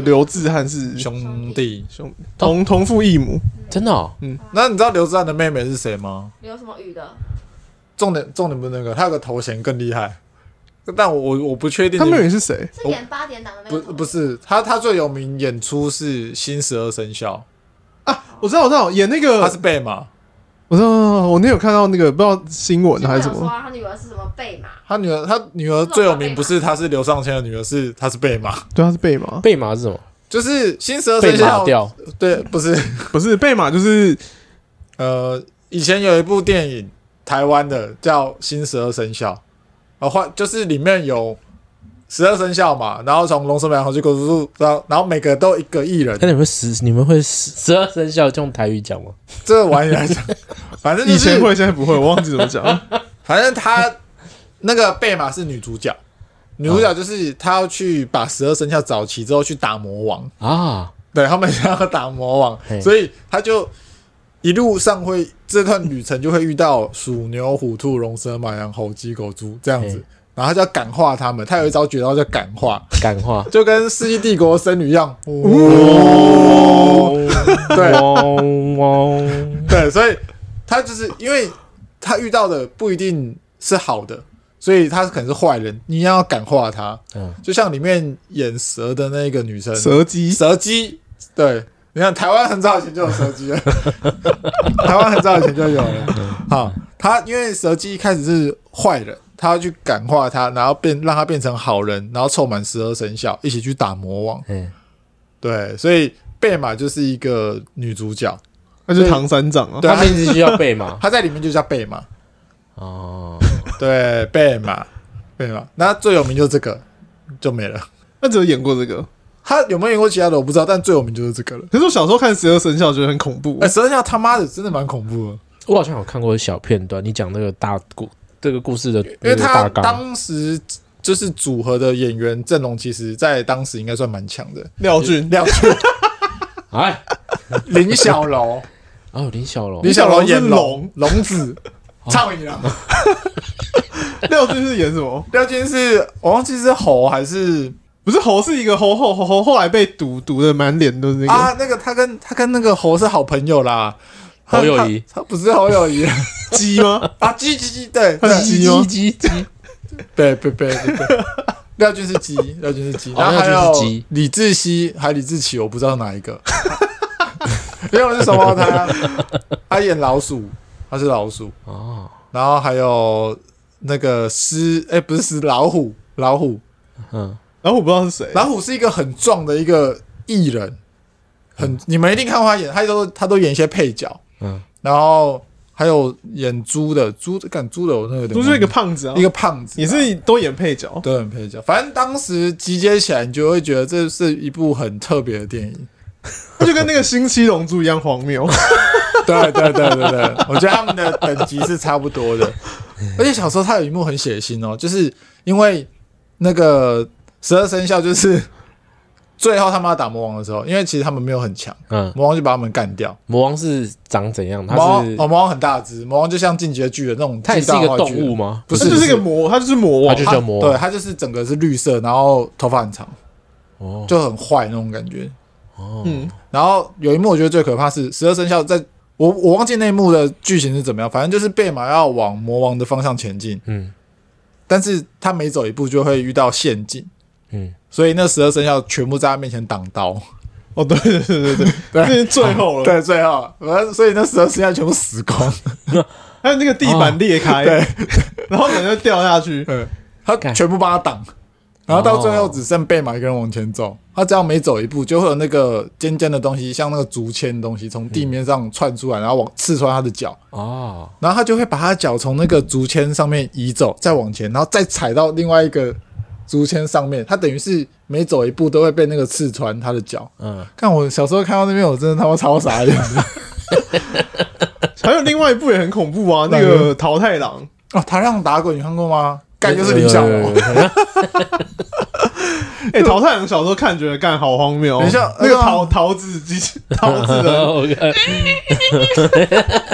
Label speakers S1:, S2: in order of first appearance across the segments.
S1: 刘志汉是
S2: 兄弟。
S1: 兄同同父异母，
S3: 真的哦，
S2: 那你知道刘志汉的妹妹是谁吗？
S4: 有什么雨的？
S2: 重点重点不是那个，他有个头衔更厉害，但我我我不确定
S1: 他妹妹是谁？
S4: 是演八点档的那
S2: 不
S4: 个头
S2: 不是他，他最有名演出是《新十二生肖
S1: 我知道，我知道，演那》，个
S3: 呃
S2: 他是贝马，
S1: 我知道，我那有看到那个不知道新闻
S4: 新
S1: 还
S4: 闻
S1: 是什
S4: 有说
S1: 么，
S4: 啊他女儿是什么贝马？
S2: 他女儿他女儿最有名不是她是刘尚谦的女儿，是她是贝马，
S1: 对，他是贝马，
S3: 贝马是什么？
S2: 就是《新十二生
S3: 被
S2: 肖
S3: 马》掉，
S2: 对，不是
S1: 不是贝马就是
S2: 呃，以前有一部电影，台湾的叫《新十二生肖》，啊，换就是里面有十二生肖嘛，然后从龙蛇马猴去狗猪兔，然后然后每个都一个艺人，
S3: 那你们十你们会十十二生肖用台语讲吗？
S2: 这个玩意来讲，反正就
S1: 以
S2: 是
S1: 前会，现在不会，我忘记怎么讲。了。
S2: 反正他那个贝玛是女主角，女主角就是她要去把十二生肖找齐之后去打魔王，
S3: 啊，
S2: 对他们想要打魔
S3: 嘿
S2: 王，所以他就一路上会这段旅程就会遇到鼠、牛、虎、兔、龙、蛇、马、羊、猴、鸡、狗、猪这样子
S3: 嘿，
S2: 然后他就要感化他们，他有一招绝招叫感 化，。
S3: 感化
S2: 就跟《世纪帝国》僧侣一样，哦对
S3: 嗡嗡，
S2: 对，所以他就是因为他遇到的不一定是好的，所以他可能是坏人，你要感化他。
S3: 嗯
S2: 就像里面演蛇的那个女生，
S1: 蛇姬，
S2: 蛇姬，对，你看台湾很早以前就有蛇姬了，台湾很早以前就有了。好，他因为蛇姬一开始是坏人，他要去感化他，然后变让他变成好人，然后凑满十二生肖一起去打魔王。
S3: 嗯，
S2: 对，所以贝玛就是一个女主角，
S1: 那就是唐三藏啊。
S2: 对
S3: 他名字就叫贝马
S2: 她在里面就叫贝玛。
S3: 哦，
S2: 对，贝玛，贝玛，那最有名就是这个，就没了。
S1: 他只有演过这个，
S2: 他有没有演过其他的我不知道，但最有名就是这个了。
S1: 可是我小时候看《十二生肖》觉得很恐怖
S2: 哎、。蛇神教他妈的真的蛮恐怖的，
S3: 我好像有看过小片段，你讲那个大故这个故事的
S2: 因为
S3: 那个大
S2: 他
S3: 纲，
S2: 当时就是组合的演员阵容，其实在当时应该算蛮强的。
S1: 廖俊，
S2: 廖俊、
S3: 哎，
S2: 林小楼、
S3: 哦，林小龙
S2: 林小楼演
S1: 林小龙
S2: 龙哦龙 子、赵寅郎，
S1: 廖俊是演什么？
S2: 廖俊是我忘记是猴还是
S1: 不是猴是一个猴后猴猴，后来被毒毒的满脸都是那个
S2: 啊？那个他跟他跟那个猴是好朋友啦。
S3: 侯友宜
S2: 他，他不是侯友谊
S1: 鸡吗？
S2: 啊，鸡鸡鸡，对，
S1: 他
S2: 对
S1: 是鸡吗？
S3: 鸡鸡鸡，
S2: 对对对对对，廖俊是鸡，廖俊是鸡，
S3: 哦
S2: 然后还
S3: 廖俊是
S2: 有
S3: 鸡
S2: 李志熙，还有李志奇，我不知道哪一个，因为我是双胞胎啊，他演老鼠，他是老鼠，
S3: 哦，
S2: 然后还有那个狮，哎，不是狮，老虎，老虎，
S3: 嗯，
S1: 然后我不知道是谁，
S2: 老虎是一个很壮的一个艺人，很你们一定看过他演，他都他都演一些配角，
S3: 嗯
S2: 嗯，然后还有演猪的，猪的，干猪的，我那个有点
S1: 不是一个
S2: 忘
S1: 胖子啊
S2: 记一，个胖子啊，
S1: 也是都演配角。
S2: 都很配角。反正当时集结起来，你就会觉得这是一部很特别的电 影。
S1: 他就跟那个新七龙珠一样荒谬。
S2: 对对对对对，我觉得他们 的等级是差不多的。而且小时候他有一幕很血腥哦，就是因为那个十二生肖，就是 最后他们要打魔王的时候，因为其实他们没有很强，
S3: 嗯，
S2: 魔王就把他们干掉。
S3: 魔王是长怎样？
S2: 魔
S3: 他
S2: 王
S3: 是
S2: 哦，魔王很大只，魔王就像进击的哦巨人那种，
S3: 他也是一个动物
S2: 吗？
S3: 吗？
S2: 不
S1: 他
S2: 是，
S1: 就是一个
S2: 不
S1: 魔，他就是魔王
S3: 他。就
S2: 哦它
S3: 叫魔王
S2: 对，他就是整个是绿色，然后头发很长，
S3: 哦
S2: 就很坏那种感觉。
S3: 哦，
S1: 嗯，
S2: 然后有一幕我觉得最可怕是十二生肖在，我我忘记那一幕的剧情是怎么样，反正就是贝玛要往魔王的方向前进，
S3: 嗯
S2: 但是他每走一步就会遇到陷阱，
S3: 嗯，
S2: 所以那十二生肖全部在他面前挡刀。
S1: 哦，对对对对对，那是最后 了。
S2: 对，最后，反正所以那十二生肖全部死光。
S1: 还有那个地
S2: 哦
S1: 板裂开，
S2: 对，
S1: 然后人就掉下去。
S2: 嗯，他
S3: 干
S2: 全部帮他挡，然后到最后
S3: 哦
S2: 只剩贝玛一个人往前走。他只要每走一步，就会有那个尖尖的东西，像那个竹签的东西从地面上窜出来，然后往刺穿他的脚。
S3: 哦，
S2: 然后他就会把他的脚从那个竹签上面移走，再往前，然后再踩到另外一个竹签上面。他等于是每走一步都会被那个刺穿他的脚。
S3: 嗯，
S2: 看我小时候看到那边，我真的他妈超傻眼
S1: 还有另外一部也很恐怖啊，那
S2: 哪个
S1: 个桃太郎，
S2: 哦！他让打滚，你看过吗？干就是哦李小
S3: 有
S2: 龙
S3: 有有，有有
S1: 哎，桃太郎小时候看觉得干好荒谬哦，
S2: 等一下
S1: 那个
S2: 呃
S1: 桃桃子机器桃子 的，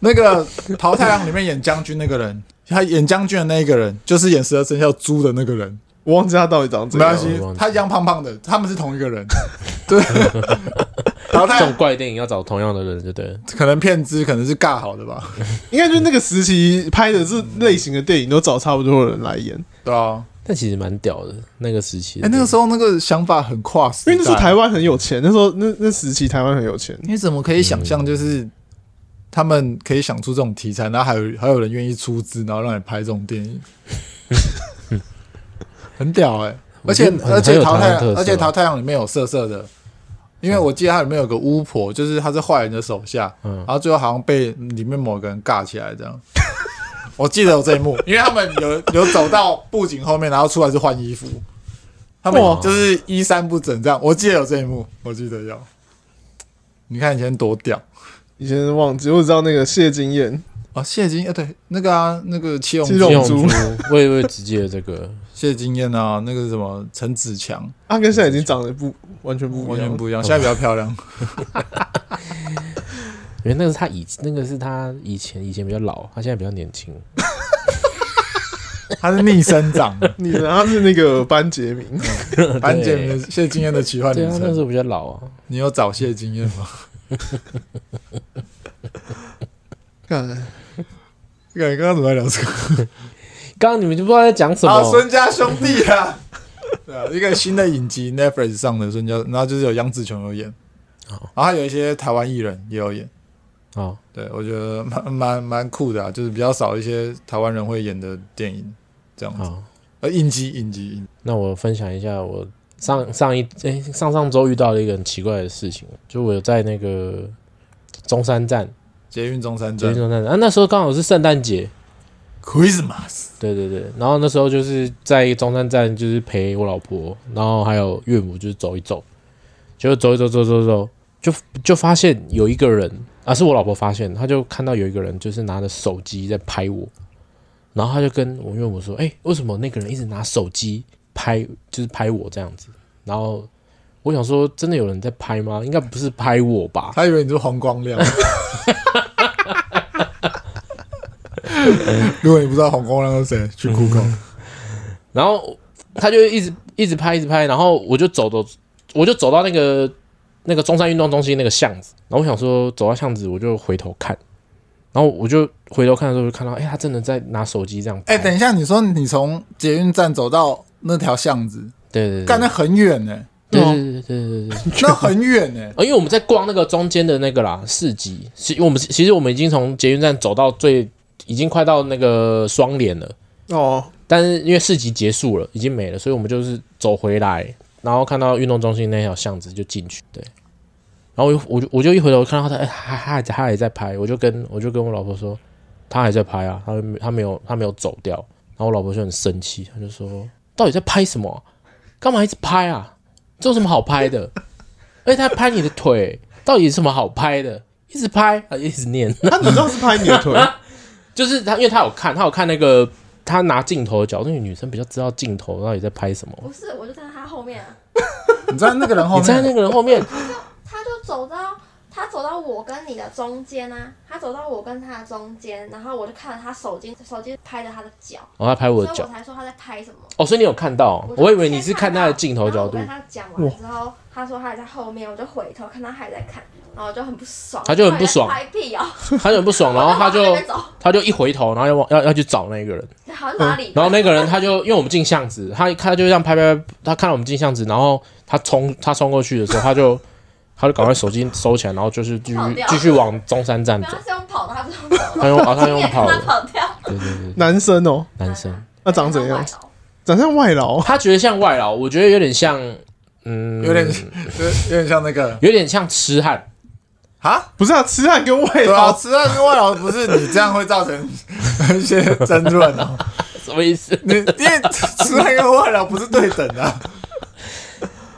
S2: 那个《桃太郎》里面演将军那个人，他演将军的那一个人，就是演十二生肖猪的那个人。
S1: 我忘记他到底长
S2: 没
S1: 怎样
S2: 关
S1: 了。
S2: 系
S3: 我忘，记
S2: 他一样胖胖的，他们是同一个 人，对。然后
S3: 这
S2: 他
S3: 种怪电影要找同样的人，就对了。
S2: 可能骗资，可能是尬好的吧，
S1: 应该就那个时期拍的这类型的电影，都找差不多的人来演，
S2: 对啊。
S3: 但其实蛮屌的，那个时期。
S2: 哎，那个时候那个想法很跨时代，
S1: 因为那时候台湾很有钱，那时候那那时期台湾很有钱，
S2: 你怎么可以想
S3: 嗯
S2: 象，就是他们可以想出这种题材，然后还有还有人愿意出资，然后让你拍这种电 影，很屌哎、
S3: 我
S2: 而
S3: 觉
S2: 且
S3: 得很
S2: 而且
S3: 很有
S2: 淘
S3: 台
S2: 汰
S3: 湾特，色
S2: 而且
S3: 啊
S2: 淘汰阳里面有色色的，因为我记得它里面有个巫婆，就是她是坏人的手下，
S3: 嗯
S2: 然后最后好像被里面某个人尬起来这样。我记得有这一 幕，因为他们有有走到布景后面，然后出来是换衣服，他们
S3: 哇
S2: 就是衣衫不整这样。我记得有这一幕，我记得有。你看以前多屌
S1: 以前忘记，我只知道那个谢金燕，
S2: 啊！谢金啊，对，那个啊，那个七龙
S1: 七
S2: 珠
S1: 龙
S3: 用
S1: 珠
S3: 珠， 我以为只记得这个，
S2: 谢金燕啊，那个什么陈子强，
S1: 他啊跟现在已经长得不完全不
S2: 完
S1: 一
S2: 全
S1: 样。
S2: 不一样，现在比较漂亮。
S3: 因为那个是他以那个是他以前以前比较老，他现在比较年轻。
S2: 他是逆生 长，
S1: 你呢？他是那个班杰明，
S3: 嗯
S2: 班杰明的谢金燕的奇幻
S3: 对
S2: 旅
S3: 啊，那时
S2: 程。
S3: 候比较老啊。
S2: 你有找谢金燕 吗？
S1: 看
S2: 刚刚刚怎么在聊这个？
S3: 刚刚你们就不知道在讲什
S2: 啊，
S3: 么，
S2: 孙家兄弟 啊，对啊，一个新的影集 Netflix 上的孙家，然后就是有杨紫琼有演，
S3: 哦
S2: 然后还有一些台湾艺人也有演，
S3: 好，
S2: 对我觉得蛮蛮蛮酷的啊，就是比较少一些台湾人会演的电影这样子，
S3: 好，
S2: 呃，影集影集影集，
S3: 那我分享一下我上上一诶上上周遇到了一个很奇怪的事情，就我有在那个中山站，
S2: 捷运中山
S3: 捷运
S2: 站
S3: 中山站啊，那时候刚好是圣诞节，
S2: Christmas，
S3: 对对对，然后那时候就是在中山站，就是陪我老婆，然后还有岳母，就是走一走，结果走一走走走走，就就发现有一个人啊，是我老婆发现，她就看到有一个人就是拿着手机在拍我，然后她就跟我岳母说：“哎、为什么那个人一直拿手机拍，就是拍我这样子？”然后我想说，真的有人在拍吗？应该不是拍我吧？
S2: 他以为你是黄光 亮。如果你不知道黄光亮是谁，去 Google。
S3: 嗯然后他就一直一直拍，一直拍，然后我就走走，我就走到那个那个中山运动中心那个巷子，然后我想说走到巷子我就回头看，然后我就回头看的时候就看到，哎、他真的在拿手机这样
S2: 哎、
S3: 拍，
S2: 等一下，你说你从捷运站走到那条巷子，
S3: 对对对，
S2: 干那很远呢、
S3: 对对对对对对，
S2: 那很远呢、
S3: 啊因为我们在逛那个中间的那个啦市集，其我们其实我们已经从捷运站走到最，已经快到那个双连了。
S1: 哦，
S3: 但是因为市集结束了，已经没了，所以我们就是走回来，然后看到运动中心那条巷子就进去，对。然后我就我就我就一回头看到他，哎、他他他也在拍，我就跟我就跟我老婆说，他还在拍啊，他没他没有他没有走掉。然后我老婆就很生气，她就说，到底在拍什么啊、干嘛一直拍啊？这有什么好拍的？而且他拍你的腿，到底有什么好拍的？一直拍，啊一直念。
S1: 他你知道是拍你的 腿，
S3: 就是他，因为他有看，他有看那个他拿镜头的角度，因为女生比较知道镜头到底在拍什么。
S4: 不是，我就站在他后面啊，
S2: 你在那个人后
S4: 哦
S3: 你站
S2: 面，
S3: 在那个人后面，
S4: 他就走到他走到我跟你的中间啊，他走到我跟他的中间，然后我就看着他手机，手机拍着他的脚，
S3: 哦，他拍我
S4: 所以
S3: 的
S4: 我
S3: 脚。
S4: 才说他在拍什么。
S3: 哦，所以你有看到？
S4: 就
S3: 我以为你是
S4: 先
S3: 看他的镜头角度
S4: 然，后我跟他讲完之后，他说他还在后面，我就回头看他还在看，然后我就很不爽，
S3: 他就很不爽
S4: 到底在拍屁哦，
S3: 他就很不爽，然后 他
S4: 我往
S3: 就
S4: 那边走
S3: 他就一回头，然后要往要要去找那个人，
S4: 然后就把他理，
S3: 然后那个人他就因为我们进巷子，他他就这样拍拍，拍，他看到我们进巷子，然后他冲他冲过去的时候，他就他就赶快手机收起来，然后就是继续
S4: 跑掉
S3: 继续往中山站
S4: 不
S3: 走
S4: 要。是用跑的，他不是用走的，
S3: 他用啊，他用
S4: 你也
S3: 跑
S4: 看他
S3: 的，
S4: 跑掉，
S3: 对对对，
S1: 男生哦，
S3: 男生。
S1: 那长怎样
S4: 他？跑掉
S1: 长像外劳，
S3: 他觉得像外劳，我觉得有点像，嗯，
S2: 有点有有点像那个
S3: 有点像痴汉，
S2: 啊，
S1: 不是啊，痴汉跟外
S2: 对啊，
S1: 劳，
S2: 吃饭跟外劳不是你这样会造成一些争论 哦。
S3: 什么意思？
S2: 你因为吃饭跟外劳不是对等的啊、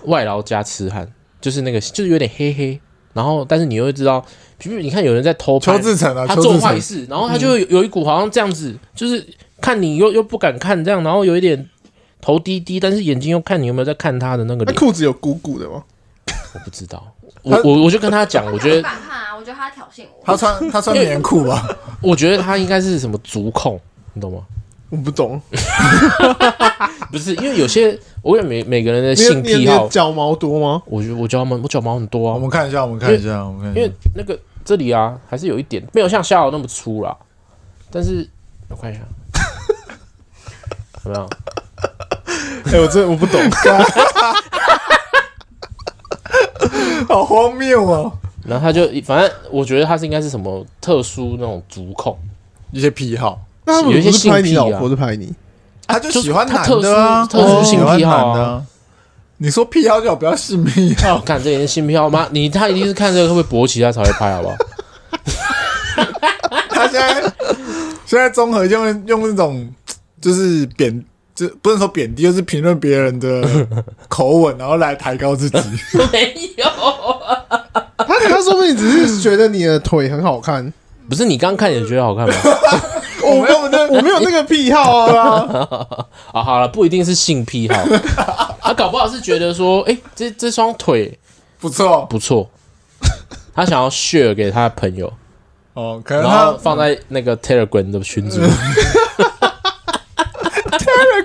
S3: 外劳加痴汉，就是那个，就是有点黑黑，然后但是你又会知道，比如你看有人在偷拍
S2: 邱，志诚啊，
S3: 他
S2: 邱
S3: 做
S2: 志
S3: 坏
S2: 诚，
S3: 事，然后他就有有一股好像这样子，就是看你又又不敢看这样，然后有一点头低低，但是眼睛又看你有没有在看他的那个
S1: 那
S3: 脸，
S1: 裤子有鼓鼓的吗？
S3: 我不知道，我我我就跟他讲，我觉
S4: 我
S3: 得
S4: 敢看啊，我觉得他在挑衅我。
S2: 他穿他穿棉裤 吧？
S3: 我觉得他应该是什么足控，你懂吗？
S1: 我不懂，
S3: 不是因为有些，我跟每每个人的
S1: 你
S3: 性
S1: 你
S3: 癖
S1: 你
S3: 好，
S1: 脚毛多吗？
S3: 我觉得我脚毛我脚毛很多
S2: 我
S3: 啊，
S2: 们看一下，我们看一下，我们看一
S3: 因为
S2: 下。
S3: 那个这里啊还是有一点，没有像夏豪那么粗啦，但是我看一下，怎么样？
S1: 哎、我真的我不 懂，
S2: 好荒谬哦！
S3: 然后他就反正我觉得他是应该是什么特殊那种足控，
S2: 一些癖好，
S1: 那他们
S3: 有一些
S1: 不是拍你
S3: 性癖
S1: 老
S3: 啊
S1: 婆，是拍你。
S2: 他就
S3: 就
S2: 喜欢
S3: 他
S2: 男的啊，
S3: 特殊特殊
S2: 喜欢
S3: 性癖好啊
S2: 男的啊。你说癖好就好，不要性癖好。
S3: 看这也是新票吗？你他一定是看这个会不会勃起他才会拍，好不好？
S2: 他现在现在综合用用那种就是贬，就不能说贬低，就是评论别人的口吻，然后来抬高自己。
S3: 没有，
S1: 他他说不定只是觉得你的腿很好 看，
S3: 不是你刚看也觉得好看吗？
S2: 我没有那
S1: 我没有那个癖好啊。
S2: 啊，
S3: 啊，好了，不一定是性癖好，他搞不好是觉得说，哎、这这双腿
S2: 不错
S3: 不错，他想要 share 给他的朋友，
S2: 哦，可能
S3: 然
S2: 他
S3: 后嗯放在那个 Telegram 的群组，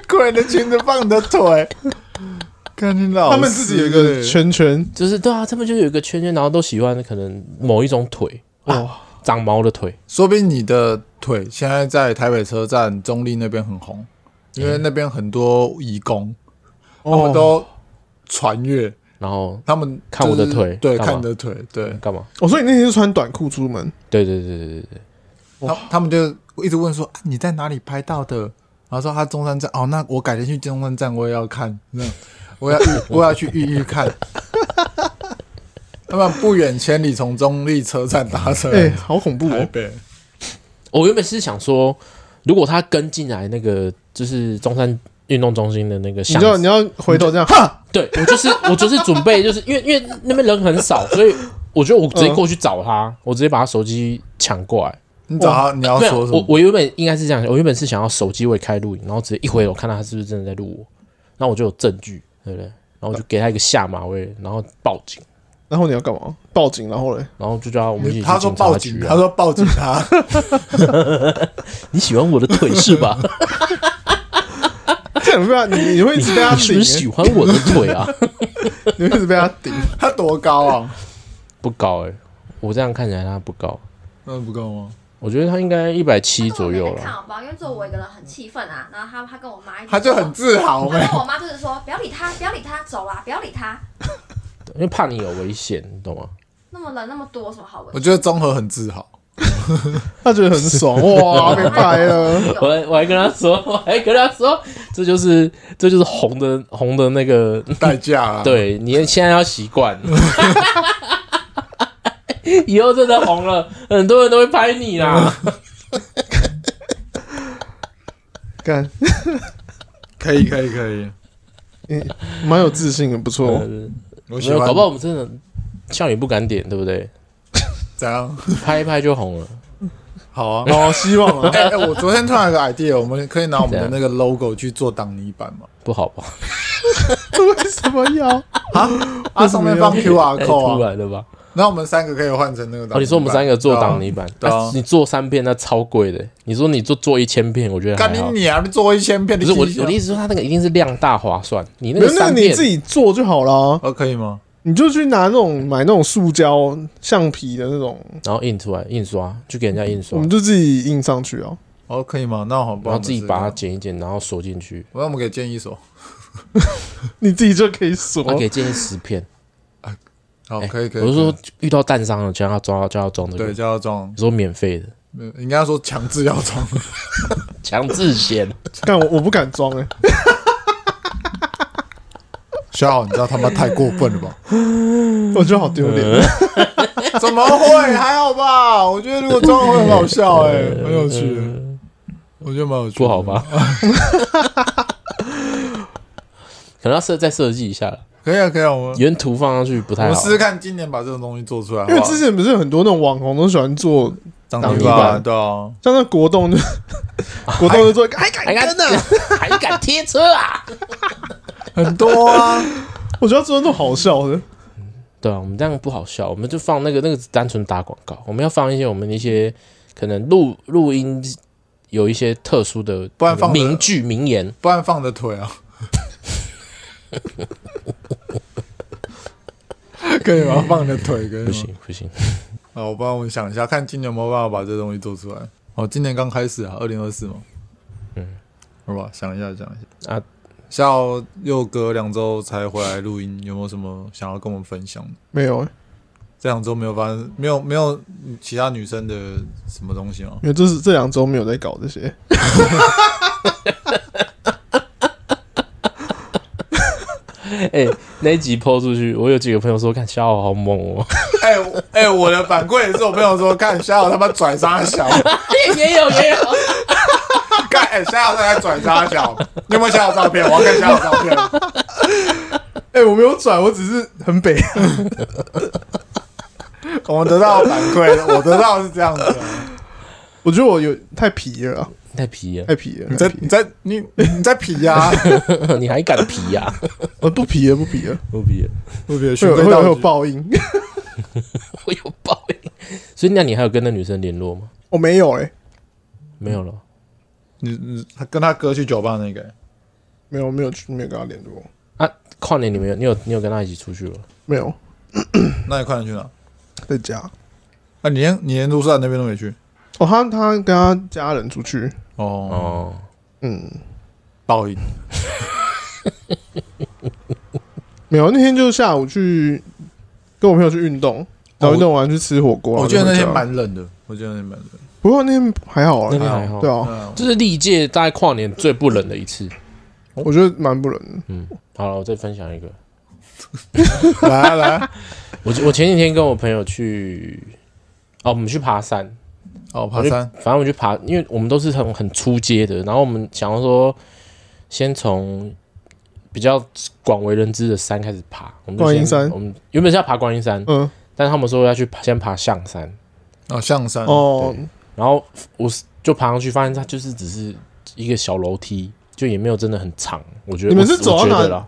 S2: 滚的裙子放你的腿，看你老师
S1: 他们自己有一个圈圈，
S3: 就是对啊，他们就有一个圈圈，然后都喜欢可能某一种腿，
S1: 哇，
S3: 长毛的腿，
S2: 说不定你的腿现在在台北车站中立那边很红，因为那边很多义工，他们
S1: 哦
S2: 都传阅，
S3: 然后
S2: 他们
S3: 看我的
S2: 就是
S3: 腿
S2: 对，
S3: 干嘛
S2: 看你的腿，对，
S3: 干嘛？
S1: 我说你那天是穿短裤出门，
S3: 对对对对对对，哦
S2: 他他们就一直问说、啊、你在哪里拍到的，然后说他中山站，哦，那我改天去中山站我也要看，那 我要我要去玉玉看。他们不远千里从中立车站搭车
S1: 哎，
S2: 来
S1: 好恐怖
S2: 台
S1: 哦！
S2: 北，
S3: 我原本是想说，如果他跟进来那个就是中山运动中心的那个
S1: 你
S3: 巷
S1: 知
S3: 子
S1: 道你要回头这 样，哈，
S3: 对我就是我就是准备，就是因为因为那边人很少，所以我觉得我直接过去找他，我直接把他手机抢过来。
S2: 你找他你要
S3: 没
S2: 哦
S3: 有，
S2: 说什
S3: 啊我
S2: 么？
S3: 我原本应该是这样，我原本是想要手机未开录影，然后直接一回头看到他是不是真的在录我，那我就有证据，对不对？然后我就给他一个下马威，然后报警，
S1: 然后你要干嘛？报警，然后嘞，
S3: 然后就叫他我们一起去
S2: 他说
S3: 警察
S2: 报警，
S3: 局啊
S2: 他说报警他。
S3: 你喜欢我的腿是 吧？
S1: 这样不要你你会一直被他
S3: 你是
S1: 顶
S3: 不是，喜欢我的腿啊？
S1: 你会一直被他顶。
S2: 他多高啊？
S3: 不高哎、我这样看起来他不高，
S2: 那不够吗？
S3: 我觉得他应该一百七
S4: 但是我
S3: 左
S4: 没
S3: 右
S4: 被看
S3: 了。
S4: 好吧，因为只有我一个人很气愤啊。然后他他跟我妈一直
S2: 他就
S4: 说
S2: 很欸自 豪
S4: 他
S2: 呗。
S4: 跟我妈就是说不要理他，不要理他，走啊啦，不要理他。
S3: 因为怕你有危险，你懂吗？
S4: 那么人那么多，有什么好闻
S2: 我？觉得综合很自豪。
S1: 他觉得很爽，哇，被拍了。
S3: 我还我还跟他说，我还跟他说，这就是这就是红的红的那个，
S2: 代驾啊，，
S3: 对你现在要习惯， 以后真的红了，很多人都会拍你啦。
S1: 干，
S2: 可以可以可以，
S1: 蛮有自信的，不 错。
S3: 没
S2: 我喜
S3: 有，
S2: 欢。
S3: 搞不好我们真的像你不敢点，对不对？
S2: 怎样？
S3: 拍一拍就红了。
S2: 好啊。
S1: 哦，希望啊，
S2: 哎、哎我昨天突然有个 idea，我们可以拿我们的
S3: 怎样
S2: 那个 logo 去做挡泥板嘛？
S3: 不好 吧？
S1: 为什么要？
S2: 啊，上面放 QR code
S3: 太哎突
S2: 啊，
S3: 然了吧？
S2: 那我们三个可以换成那个挡泥板。
S3: 哦，你说我们三个做挡泥
S2: 板，
S3: 板，
S2: 对啊
S3: 啊你做三片那超贵的。你说你做做一千片，我觉得还
S2: 啊干
S3: 好
S2: 你。啊娘！做一千片，
S3: 不是我
S2: 你
S3: 我的意思是说，他那个一定是量大划算。你那
S1: 没有，
S3: 个
S1: 那
S3: 三
S1: 个你
S3: 片
S1: 自己做就好了啊。
S2: 哦，可以吗？
S1: 你就去拿那种买那种塑胶橡皮的那种，
S3: 然后印出来印刷，去给人家印
S1: 我
S3: 刷，
S1: 们就自己印上去啊。
S2: 哦，可以吗？那好，
S3: 然
S2: 帮嗯
S3: 后
S2: 我
S3: 自己把它剪一剪，然后锁进去。
S2: 我让我们给建议所。
S1: 你自己就可以锁。
S3: 他可以啊建议十片，
S2: 好，
S3: 哎
S2: 可以可以。
S3: 我是
S2: 可以
S3: 说遇到蛋商了，叫他装，叫他装这个，
S2: 对，
S3: 我
S2: 叫他装，
S3: 说免费的，
S2: 没有应该说强制要装。
S3: 强制险。
S1: 但我我不敢装哎、
S2: 小好，你知道他妈太过分了吧？
S1: 我觉得好丢 脸。
S2: 怎么会？还好吧？我觉得如果装会很好笑、 欸，哎，很有趣的，我觉得蛮有趣。
S3: 不好？ 吧？可能要设再设计一下了，
S2: 可以啊，可以啊，我们
S3: 原图放上去不
S2: 我
S3: 太
S2: 们
S3: 好
S2: 试。试看，今年把这种东西做出来好
S1: 因
S2: 不
S1: 为
S2: 好。
S1: 之前不是很多那种网红都喜欢做，
S2: 挡
S3: 挡泥
S2: 泥
S3: 板
S2: 板，对啊，
S1: 像那国 栋就国栋就做一个，还敢
S3: 还敢
S1: 跟啊？
S3: 还敢贴车啊？
S2: 很多啊。
S1: 我觉得做的都好笑的。
S3: 对啊，我们这样不好笑，我们就放那个那个只单纯打广告，我们要放一些我们的一些可能录录音有一些特殊的
S2: 不然放
S3: 名句名言，
S2: 不然放的腿啊，可以吗？放你的腿可以吗？
S3: 不行不行，
S2: 啊，我帮我想一下，看今年有没有办法把这东西做出来。哦，今年刚开始啊，二零二四嘛。
S3: 嗯，
S2: 好吧，想一下，想一下
S3: 啊。
S2: 下午又隔两周才回来录音，有没有什么想要跟我们分享的？
S1: 没有、欸，
S2: 这两周没有发生，没有没有其他女生的什么东西吗？
S1: 因为这是这两周没有在搞这些。
S3: 哎、那一集抛出去，我有几个朋友说，看小豪好猛 哦、
S2: 哎我哎、我的反馈也是我朋友说，看夏小他妈拽沙小，
S3: 也有也有，
S2: 看哎夏小在拽沙小，你有没有夏小照片？我要看夏小照片。
S1: 哎、我没有转，我只是很北。
S2: 我们得到的反馈了，我得到的是这样子的。啊
S1: 我觉得我有太皮了啊，
S3: 太皮了，
S1: 太皮了。
S2: 你
S1: 太
S2: 在
S1: 皮
S2: 你在你你在皮啊呀、
S3: 你还敢皮呀、
S1: 呃不皮了，不皮了，
S3: 我皮了，
S2: 不别
S1: 会
S2: 循
S1: 有
S2: 规
S1: 会有
S2: 蹈
S1: 会有
S2: 矩。
S1: 报应。
S3: 我有报应。所以那你还有跟那女生联络吗？
S1: 我没有哎、
S3: 没有了
S2: 你你他跟他哥去酒吧那个、
S1: 没有没有去没有跟他联络，
S3: 啊！跨年你没有，你有你有跟她一起出去了？
S1: 没有
S2: 那你快点去哪？
S1: 在家。
S2: 啊，你连你连卢萨那边都没去
S1: 哦，他他跟他家人出去，
S2: 哦，
S3: 哦，
S1: 嗯，
S2: 报应。
S1: 没有。那天就是下午去跟我朋友去运动，然后运动完去吃火锅。
S2: 哦
S1: 啊
S2: 我记得那
S1: 然后就
S2: 天
S1: 回家，
S2: 蛮冷的，我记得那天蛮冷的。
S1: 不过那天还好
S3: 那
S1: 啊，
S3: 天还好，
S1: 对啊，
S2: 嗯
S3: 这是历届大概跨年最不冷的一次。
S2: 嗯
S1: 我觉得蛮不冷的。
S3: 嗯，好了，我再分享一个。
S2: 来啊来啊，
S3: 我我前几天跟我朋友去，哦，我们去爬山，
S2: 哦，爬山，
S3: 反正我就爬，因为我们都是很很出街的，然后我们想要说，先从比较广为人知的山开始爬。我们就
S1: 观音
S3: 先
S1: 山
S3: 我们原本是要爬观音山，
S1: 嗯，
S3: 但他们说要去爬先爬象山，
S2: 哦，象山，
S1: 哦，
S3: 然后我是就爬上去，发现它就是只是一个小楼梯，就也没有真的很长。我觉得
S1: 你们
S3: 我
S1: 是走到
S3: 我觉得
S1: 哪
S3: 啦？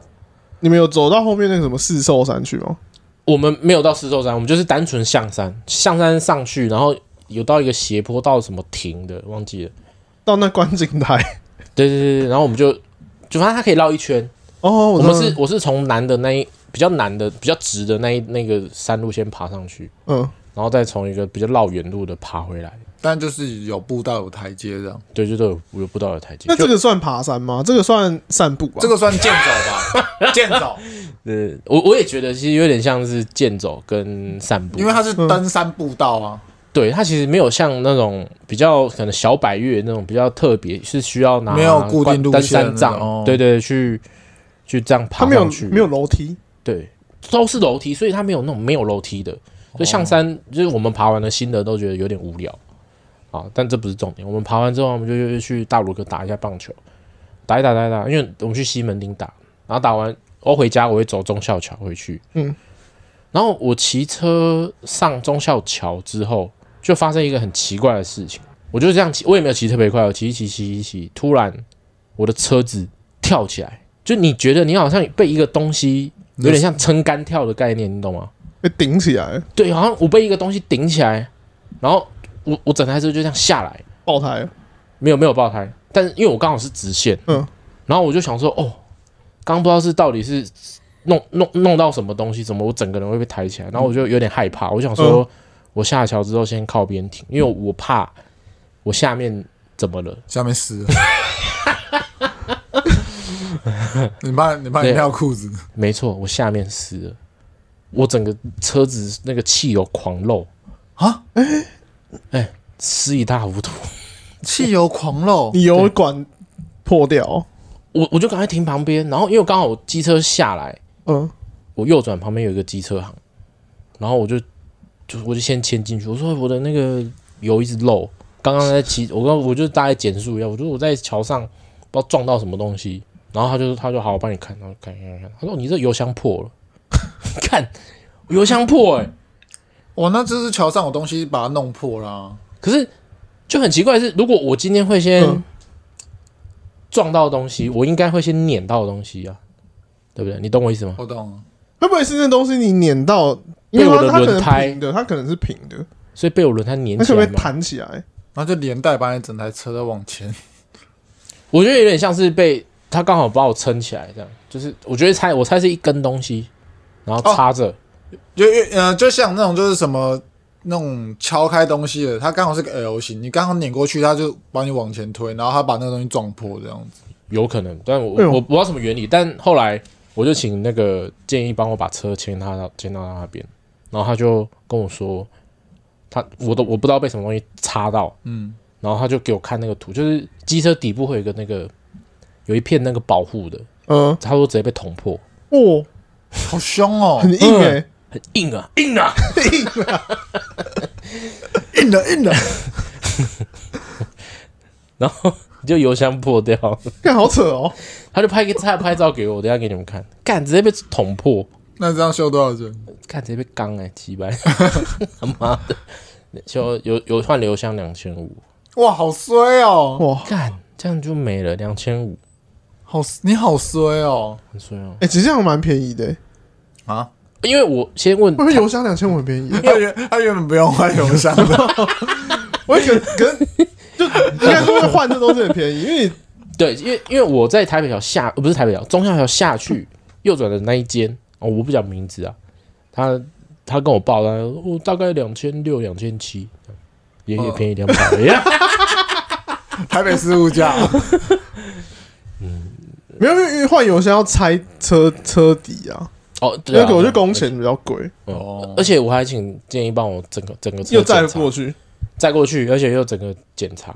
S1: 你们有走到后面那个什么四兽山去吗？
S3: 我们没有到石头山，我们就是单纯象山，象山上去，然后有到一个斜坡，到什么亭的，忘记了。
S1: 到那观景台。
S3: 对对对对，然后我们就就发现它可以绕一圈。
S1: 哦，
S3: 我
S1: 知道
S3: 们是我是从南的那一比较难的、比较直的那一那个山路先爬上去，
S1: 嗯，
S3: 然后再从一个比较绕远路的爬回来。
S2: 但就是有步道有台阶这样，
S3: 对，就都有有步道有台阶
S1: 那。这个算爬山吗？这个算散步吧？
S2: 这个算健走吧， 健走，
S3: 呃，我我也觉得其实有点像是健走跟散步，
S2: 因为它是登山步道啊。
S3: 对它其实没有像那种比较可能小百越那种比较特别，是需要拿
S2: 没有固定路
S3: 登
S2: 线的
S3: 山杖，
S2: 哦
S3: 对对，去去这样
S1: 它
S3: 爬
S1: 没有
S3: 上去，
S1: 没有楼梯，
S3: 对，都是楼梯，所以它没有那种没有楼梯的。所以象山、就是我们爬完了新的都觉得有点无聊啊，但这不是重点。我们爬完之后，我们就又去大鲁阁打一下棒球，打一打打一打，因为我们去西门町打，然后打完我回家，我会走忠孝桥回去。
S1: 嗯，
S3: 然后我骑车上忠孝桥之后，就发生一个很奇怪的事情。我就这样骑，我也没有骑特别快，我骑一骑骑一骑，突然我的车子跳起来，就你觉得你好像被一个东西有点像撑杆跳的概念，你懂吗？
S1: 被顶起来，
S3: 对，好像我被一个东西顶起来，然后我我整台车就这样下来，
S1: 爆
S3: 哦
S1: 胎。
S3: 没有没有爆胎，但是因为我刚好是直线，
S1: 嗯，
S3: 然后我就想说，哦，刚不知道是到底是弄弄弄到什么东西，怎么我整个人会被抬起来，然后我就有点害怕，我想说，我下桥之后先靠边停，因为我怕我下面怎么了，
S2: 下面湿了。 你怕你怕你
S3: 对
S2: 尿裤子，
S3: 没错，我下面湿了，我整个车子那个汽油狂漏
S2: 啊，
S3: 哎，湿一塌糊涂。
S2: 汽油狂漏，
S1: 你油管破掉，
S3: 我我就赶快停旁边，然后因为刚好我机车下来，
S1: 嗯，
S3: 我右转旁边有一个机车行，然后我就就我就先牵进去，我说我的那个油一直漏，刚刚在骑，我刚我就大概减速一下，我说我在桥上不知道撞到什么东西，然后他就他就好，我帮你看，然后看看看，他说你这油箱破了， 看油箱破哎、
S2: 我那这是桥上有东西把它弄破啊啦、
S3: 可是就很奇怪的是，如果我今天会先
S1: 嗯
S3: 撞到东西，我应该会先碾到东西啊，对不对？你懂我意思吗？
S2: 我懂了，
S1: 会不会是那东西你碾到？因为
S3: 被我的
S1: 它它可
S3: 轮
S1: 能
S3: 胎
S1: 平的，它可能是平的，
S3: 所以被我轮胎碾
S1: 它
S3: 起
S1: 可能
S3: 来
S1: 会
S3: 嘛。
S1: 弹起来。
S2: 然后就连带把你整台车都往前。
S3: 我觉得有点像是被他刚好把我撑起来这样，就是我觉得猜，我猜是一根东西，然后插着，
S2: 就因为呃，就像那种就是什么那种敲开东西的，它刚好是个 L 型，你刚好碾过去，它就把你往前推，然后它把那个东西撞破这样子。
S3: 有可能，但我、
S1: 哎呦
S3: 我不知道什么原理。但后来我就请那个建议帮我把车牵他到牵到他那边，然后他就跟我说，他我都我不知道被什么东西插到，
S2: 嗯，
S3: 然后他就给我看那个图，就是机车底部会有一个那个有一片那个保护的，
S1: 嗯，
S3: 他说直接被捅破，
S1: 哦，
S2: 好凶哦，
S1: 很
S3: 嗯
S1: 硬哎、欸，
S3: 很硬啊，硬啊，
S2: 硬的硬的，
S3: 然后就油箱破掉，
S1: 看好扯哦，
S3: 他就拍个他拍照给我，等一下给你们看，干直接被捅破，
S2: 那这样修多少钱？
S3: 干直接被刚哎、欸，鸡掰， 他妈的，就有有换了油箱两千五，
S2: 哇，好衰哦，
S1: 哇，
S3: 干这样就没了两千五，
S2: 好你好衰哦
S3: 很衰哦
S1: 哎、。其实这样蛮便宜的、欸，
S2: 啊！
S3: 因为我先问
S1: 会不会油箱两千五很便宜、 啊
S2: 他原他原本不用换油箱的，
S1: 我也可可能就应该说会换，这都是很便宜，因为你
S3: 对，因为因为我在台北桥下，呃不是台北桥，中校桥下去右转的那一间，哦，我不讲名字啊，他他跟我报，他说我、大概两千六、两千七，也也便宜两百，
S2: 台北市物价
S1: 没有因为因为换油箱要拆车车底啊，
S3: 哦，对
S1: 那
S3: 啊，
S1: 个我觉得工钱比较贵，
S2: 哦
S3: 哦，而且我还请建议帮我整个整个车
S1: 又载
S3: 检查
S1: 过去，
S3: 载过去，而且又整个检查，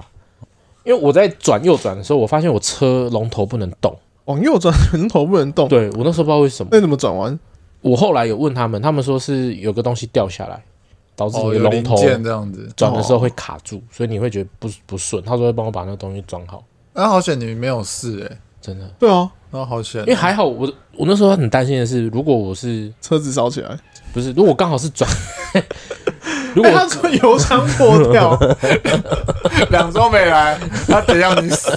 S3: 因为我在转右转的时候，我发现我车龙头不能动，
S1: 往右转人头不能动，
S3: 对啊我那时候不知道为什么，
S1: 那你怎么转弯？
S3: 我后来有问他们，他们说是有个东西掉下来，导致
S2: 哦
S3: 你的
S2: 有
S3: 龙
S2: 零
S3: 头
S2: 件这样子。
S3: 转的时候会卡住，所以你会觉得不不顺。他说会帮我把那个东西装好，
S2: 那好险你没有事哎，
S3: 真的，
S1: 对啊，
S2: 那好险
S3: 因为， 还好我我那时候很担心的是，如果我是
S1: 车子烧起来，
S3: 不是如果刚好是转， 如果
S1: 哎他说油箱破 掉，
S2: 两周没来，他得让你死。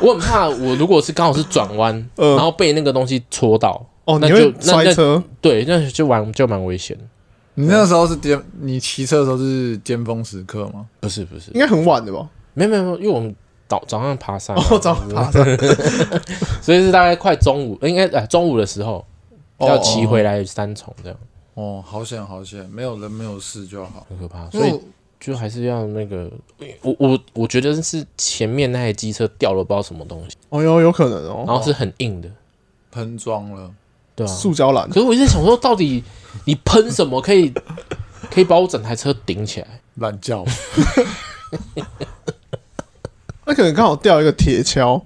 S3: 我很怕我如果是刚好是转弯，
S1: 嗯
S3: 然后被那个东西戳到，
S1: 哦，
S3: 那
S1: 你
S3: 就
S1: 会摔
S3: 那
S1: 车，
S3: 对，那就蛮就蛮危险的。
S2: 你那时候是巅，你骑车的时候是巅峰时刻吗？
S3: 不是不是
S1: 应，该很晚的 吧？
S3: 没有没有没有，因为我们早早上爬山嘛，
S1: 哦，早上爬山，
S3: 所以是大概快中午，应该呃中午的时候
S1: 哦
S3: 要骑回来三重这样。
S2: 哦，好险好险，没有人没有事就好。
S3: 很可
S1: 哦
S3: 怕，
S2: 因
S3: 所
S2: 为
S3: 以
S2: 我
S3: 就还是要那个，我我我觉得是前面那台机车掉了不知道什么东西，
S1: 哦有有可能
S3: 然
S1: 哦，
S3: 后是很硬的，
S2: 喷装了，
S3: 对啊。
S1: 塑胶篮
S3: 可，是我一直在想说，到底你喷什么可以 可以把我整台车顶起来？
S2: 懒觉。
S1: 那可能刚好掉一个铁
S3: 哦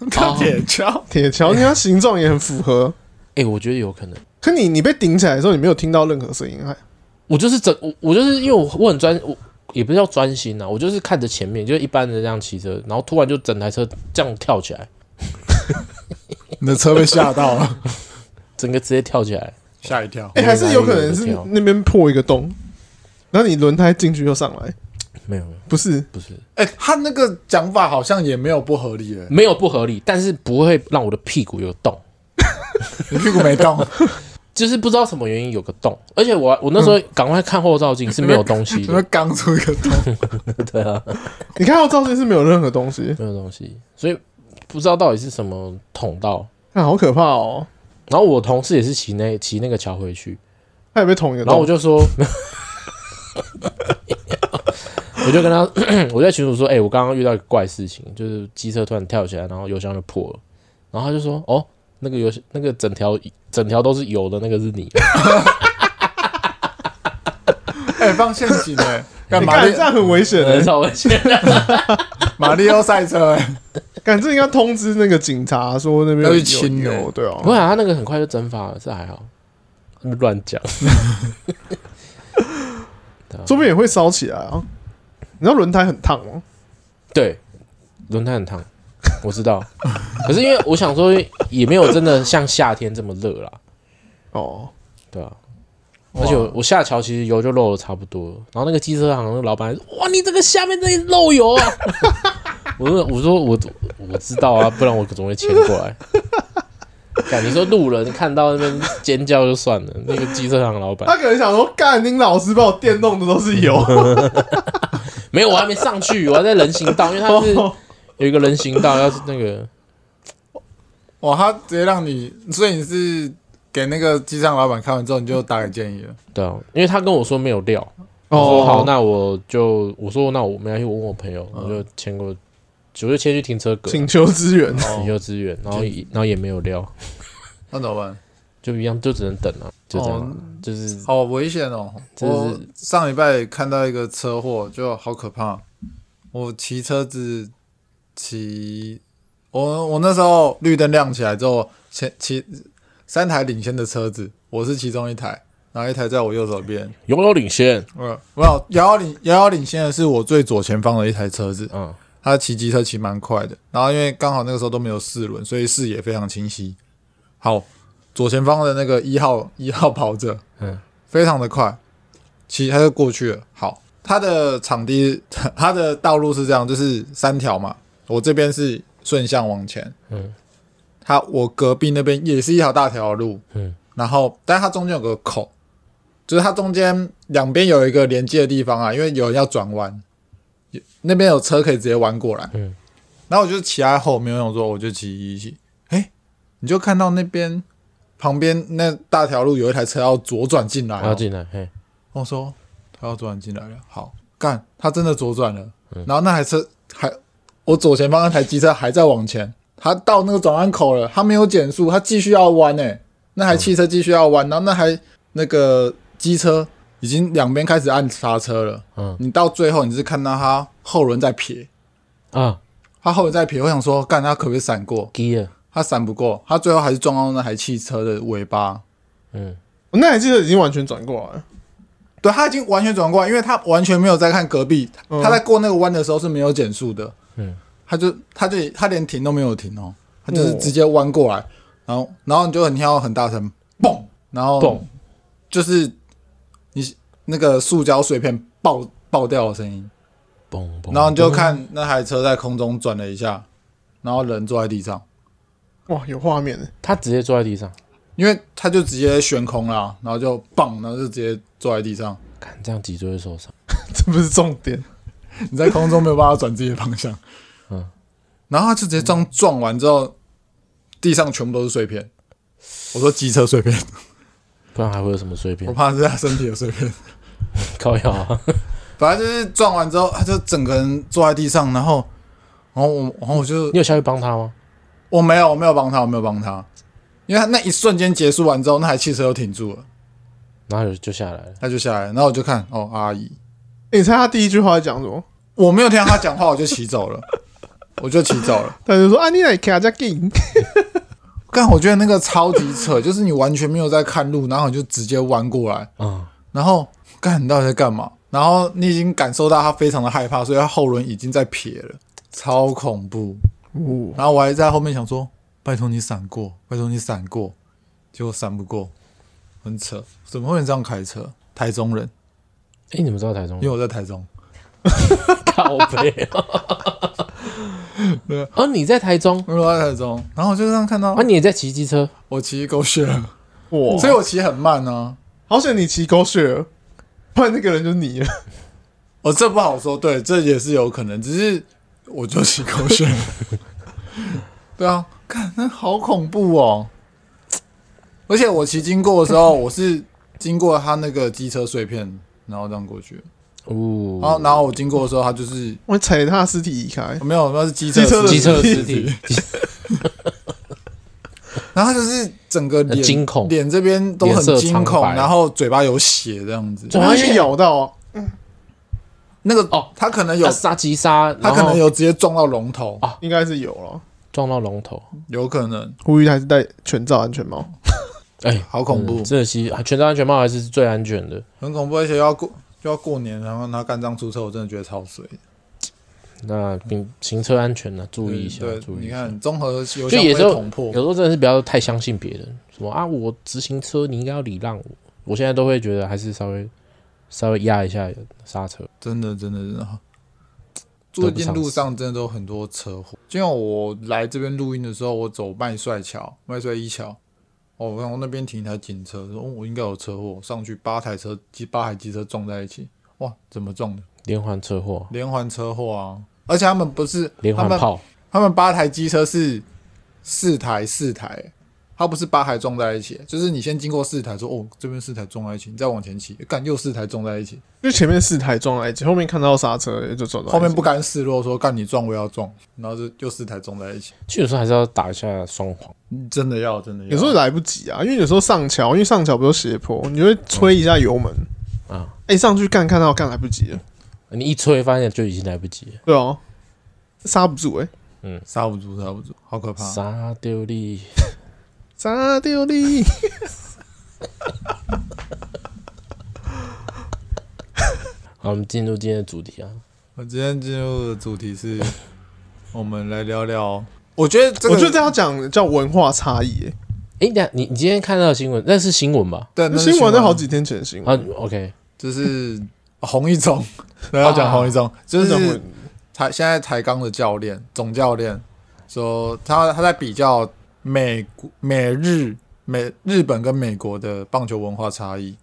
S1: 锹，
S3: 钢铁
S2: 锹，
S1: 铁锹，你看它形状也很符合。
S3: 哎、我觉得有可能。
S1: 可你你被顶起来的时候，你没有听到任何声音，还
S3: 我就是整我我就是因为我我很专我。也不是叫专心啊，我就是看着前面，就是一般的这样骑车，然后突然就整台车这样跳起来，
S2: 你的车被吓到了，
S3: 整个直接跳起来，
S2: 吓一 跳。
S1: 哎、还是有可能
S3: 我
S1: 是
S3: 以为有个
S1: 那边破一个洞，然后你轮胎进去又上来，
S3: 没有没有
S1: 不是？
S3: 不是
S2: 哎，他那个讲法好像也没有不合理哎，
S3: 没有不合理，但是不会让我的屁股有洞。
S2: 你屁股没动，
S3: 就是不知道什么原因有个洞，而且我我那时候赶快看后照镜嗯 是没有东西
S2: 怎么
S3: 的，
S2: 刚出一个洞？
S3: 对啊，
S1: 你看到照片是没有任何东西，
S3: 没有东西，所以不知道到底是什么捅到。
S1: 看、好可怕哦！
S3: 然后我同事也是骑那骑那个桥回去，
S1: 他也被捅一个
S3: 然后我
S1: 洞，
S3: 就说， 我就跟他， 我在群主说，哎、我刚刚遇到一个怪事情，就是机车突然跳起来，然后油箱就破了，然后他就说，哦，那个油箱那个整条整条都是油的那个是你，
S2: 哎，放陷阱哎，干
S1: 你
S2: 嘛
S1: 看？这样很危险的、欸，
S3: 超危险，
S2: 马里奥赛车哎，
S1: 感觉应该通知那个警察说那边
S2: 要
S1: 有
S2: 去清
S1: 有
S2: 欸
S1: 有对啊
S3: 不，会啊，他那个很快就蒸发了，这还好，乱讲。对啊
S1: 说不定也会烧起来啊。你知道轮胎很烫吗？
S3: 对，轮胎很烫，我知道。可是因为我想说，也没有真的像夏天这么热啦，
S1: 哦，
S3: 对啊。
S2: 哇
S3: 而且我我下桥其实油就漏的差不多了，然后那个机车行那个老板还说，哇，你这个下面这里漏油啊！ 我说我说我我知道啊，不然我怎么会牵过来？干你说路人看到那边尖叫就算了，那个机车行老板
S1: 他可能想说，干你老师把我电动的都是油，
S3: 没有，我还没上去，我还在人行道，因为它是
S1: 哦
S3: 有一个人行道，要是那个
S2: 哇，他直接让你，所以你是给那个机场老板看完之后，你就打给建议了。
S3: 对啊，因为他跟我说没有料，我
S1: 哦，
S3: 说好，那我就我说那我没关系，我问我朋友，我就签过，我就签去停车格，
S1: 请求支援。
S3: 请求支援，然后也然后也没有料，
S2: 那怎么办？
S3: 就一样，就只能等了，就这样，啊就是
S2: 好危险哦！
S3: 真的是
S2: 我上礼拜看到一个车祸，就好可怕。我骑车子骑，我我那时候绿灯亮起来之后，前骑三台领先的车子，我是其中一台，然后一台在我右手边。
S3: 遥遥领先，
S2: 嗯，没有遥遥领遥遥领先的是我最左前方的一台车子，
S3: 嗯，
S2: 他骑机车骑蛮快的，然后因为刚好那个时候都没有四轮，所以视野非常清晰。好，左前方的那个一号一号跑者，
S3: 嗯，
S2: 非常的快，骑他就过去了。好，他的场地他的道路是这样，就是三条嘛，我这边是顺向往前，
S3: 嗯，
S2: 他我隔壁那边也是一条大条的路，
S3: 嗯，
S2: 然后但是它中间有个口，就是它中间两边有一个连接的地方啊，因为有人要转弯，有那边有车可以直接弯过来。
S3: 嗯，
S2: 然后我就骑在后面，我想说我就骑一骑，哎、你就看到那边旁边那大条路有一台车要左转进来、
S3: 然后
S2: 哦，
S3: 进来，嘿，
S2: 我说他要左转进来了，好干，他真的左转了，然后那台车还我左前方那台机车还在往前，他到那个转弯口了，他没有减速，他继续要弯诶、欸那台汽车继续要弯，然后那台那个机车已经两边开始按刹车了，
S3: 嗯
S2: 你到最后你是看到他后轮在撇，
S3: 啊
S2: 他后轮在撇，我想说干他可不可以闪过，
S3: ，gear，
S2: 他闪不过，他最后还是撞到那台汽车的尾巴，
S3: 嗯，
S1: 那台机车已经完全转过来了，
S2: 对他已经完全转过来，因为他完全没有在看隔壁，
S1: 嗯
S2: 他在过那个弯的时候是没有减速的，
S3: 嗯，
S2: 他就他就他连停都没有停哦，他就是
S1: 哦
S2: 直接弯过来，然后然后你就很听到很大声嘣，然后
S3: 蹦，
S2: 就是你那个塑胶碎片爆爆掉的声音，
S3: 蹦蹦，
S2: 然后你就看那台车在空中转了一下，然后人坐在地上，
S1: 哇，有画面欸
S3: 他直接坐在地上，
S2: 因为他就直接悬空啦，然后就嘣，然后就直接坐在地上，
S3: 看这样脊椎会受伤，
S1: 这不是重点。
S2: 你在空中没有办法转自己的方向。
S3: 嗯
S2: 嗯，然后他就直接这样撞完之后，地上全部都是碎片。我说机车碎片，
S3: 不然还会有什么碎片
S2: 我？怕是他身体的碎片。
S3: 靠药啊，
S2: 反正就是撞完之后，他就整个人坐在地上，然后，然后我，然后我就
S3: 你有下去帮他吗？
S2: 我没有，我没有帮他，我没有帮他，因为他那一瞬间结束完之后，那台汽车又停住了，
S3: 然后就就下来了，
S2: 他就下来，然后我就看哦阿姨，
S1: 欸你猜他第一句话在讲什么？
S2: 我没有听到他讲话，我就骑走了， 我就骑走了。
S1: 他就说：“啊，你来卡加 game。
S2: 但我觉得那个超级扯，就是你完全没有在看路，然后你就直接弯过来，
S3: 嗯，
S2: 然后干你到底在干嘛？然后你已经感受到他非常的害怕，所以他后轮已经在撇了，超恐怖。”
S1: 哦，
S2: 然后我还在后面想说：“拜托你闪过，拜托你闪过。”结果闪不过，很扯，怎么会有人这样开车？台中人，
S3: 哎，你们知道台中
S2: 因为我在台中，
S3: 靠背啊？
S2: 对啊
S3: 哦，你在台中
S2: 因为我在台中，然后我就这样看到
S3: 啊？你也在骑机车？
S2: 我骑狗血了，
S1: 哇，
S2: 所以我骑很慢啊呢、
S1: 好险你骑狗血了，不然那个人就是你了。
S2: 哦，这不好说，对，这也是有可能，只是我就骑狗血了。 对啊，看那好恐怖哦！而且我骑经过的时候，我是经过他那个机车碎片，然后这样过去。
S3: 哦，
S2: 然后，然后我经过的时候，他就是
S1: 我踩着他的尸体移开，
S2: 没有，那是机车
S1: 机车
S2: 的
S1: 的
S3: 机
S2: 碎
S3: 车
S2: 片
S3: 的尸体，
S2: 然后他就是整个脸
S3: 惊恐
S2: 脸这边都
S3: 脸
S2: 很
S3: 色
S2: 惊
S3: 苍
S2: 恐，
S3: 白
S2: 然后嘴巴有血这样子。
S3: 哇
S1: 他被咬到啊。
S2: 那个
S3: 哦
S2: 他可能有
S3: 他，杀击杀，
S2: 他可
S3: 然
S2: 能
S3: 后
S2: 有直接撞到龙头，
S1: 应该是有了。
S3: 撞到龙头，
S2: 有可能，
S1: 呼吁还是戴全罩安全帽。
S3: 哎，
S2: 好恐怖
S3: 嗯，这其实全罩安全帽还是最安全的。
S2: 很恐怖，而且又要过又要过年，然后他干仗出车，我真的觉得超水。
S3: 那并行车安全呢，注意一下
S2: 对，，
S3: 注意
S2: 你
S3: 一下。
S2: 看综合有
S3: 就
S2: 点
S3: 有时候
S2: 捅破
S3: 有时，候真的是不要太相信别人，什么啊，我直行车你应该要礼让我。我现在都会觉得还是稍微稍微压一下刹车。
S2: 真的真的真的。最近路上真的都很多车祸，就像我来这边录音的时候，我走麦帅桥、麦帅一桥，哦，我看我那边停一台警车，说、哦、我应该有车祸，上去八台车、机八台机车撞在一起，哇，怎么撞的？
S3: 连环车祸，
S2: 连环车祸啊！而且他们不是
S3: 连
S2: 他
S3: 环
S2: 们
S3: 炮，
S2: 他们八台机车是四台四台，它不是八台撞在一起，就是你先经过四台说哦这边四台撞在一起，你再往前骑，干又四台撞在一起，
S1: 就前面四台撞在一起，后面看到刹车就走到一起
S2: 后面不甘示弱说干你撞我也要撞，然后就又四台撞在一起，
S3: 去的时候还是要打一下双簧，
S2: 嗯真的要真的要，
S1: 有时候来不及啊，因为有时候上桥，因为上桥不是斜坡，你就会吹一下油门啊
S3: 嗯啊，
S1: 哎、上去干看到干来不及了，
S3: 你一吹发现就已经来不及
S1: 对哦，刹不住哎、
S2: 刹不住刹不住，好可怕
S3: 了，，沙丢力，
S1: 砸 丢你！
S3: 好，我们进入今天的主题啊，
S2: 我今天进入的主题 是，我们来聊聊。我觉得这个，
S1: 我觉得这要讲叫文化差异、欸，
S3: 哎，等一下你你今天看到的新闻，那是新闻吧？
S2: 对
S1: 那
S2: 那是
S1: 新闻都
S2: 都
S1: 好几天前的新
S3: 啊
S1: 闻，
S3: ，OK，
S2: 就是洪一 中，对，要讲洪一中，就
S1: 那种
S2: 是
S1: 文
S2: 台现在台钢的教练总教练说他他在比较美国美日美日本跟美国的棒球文化差异。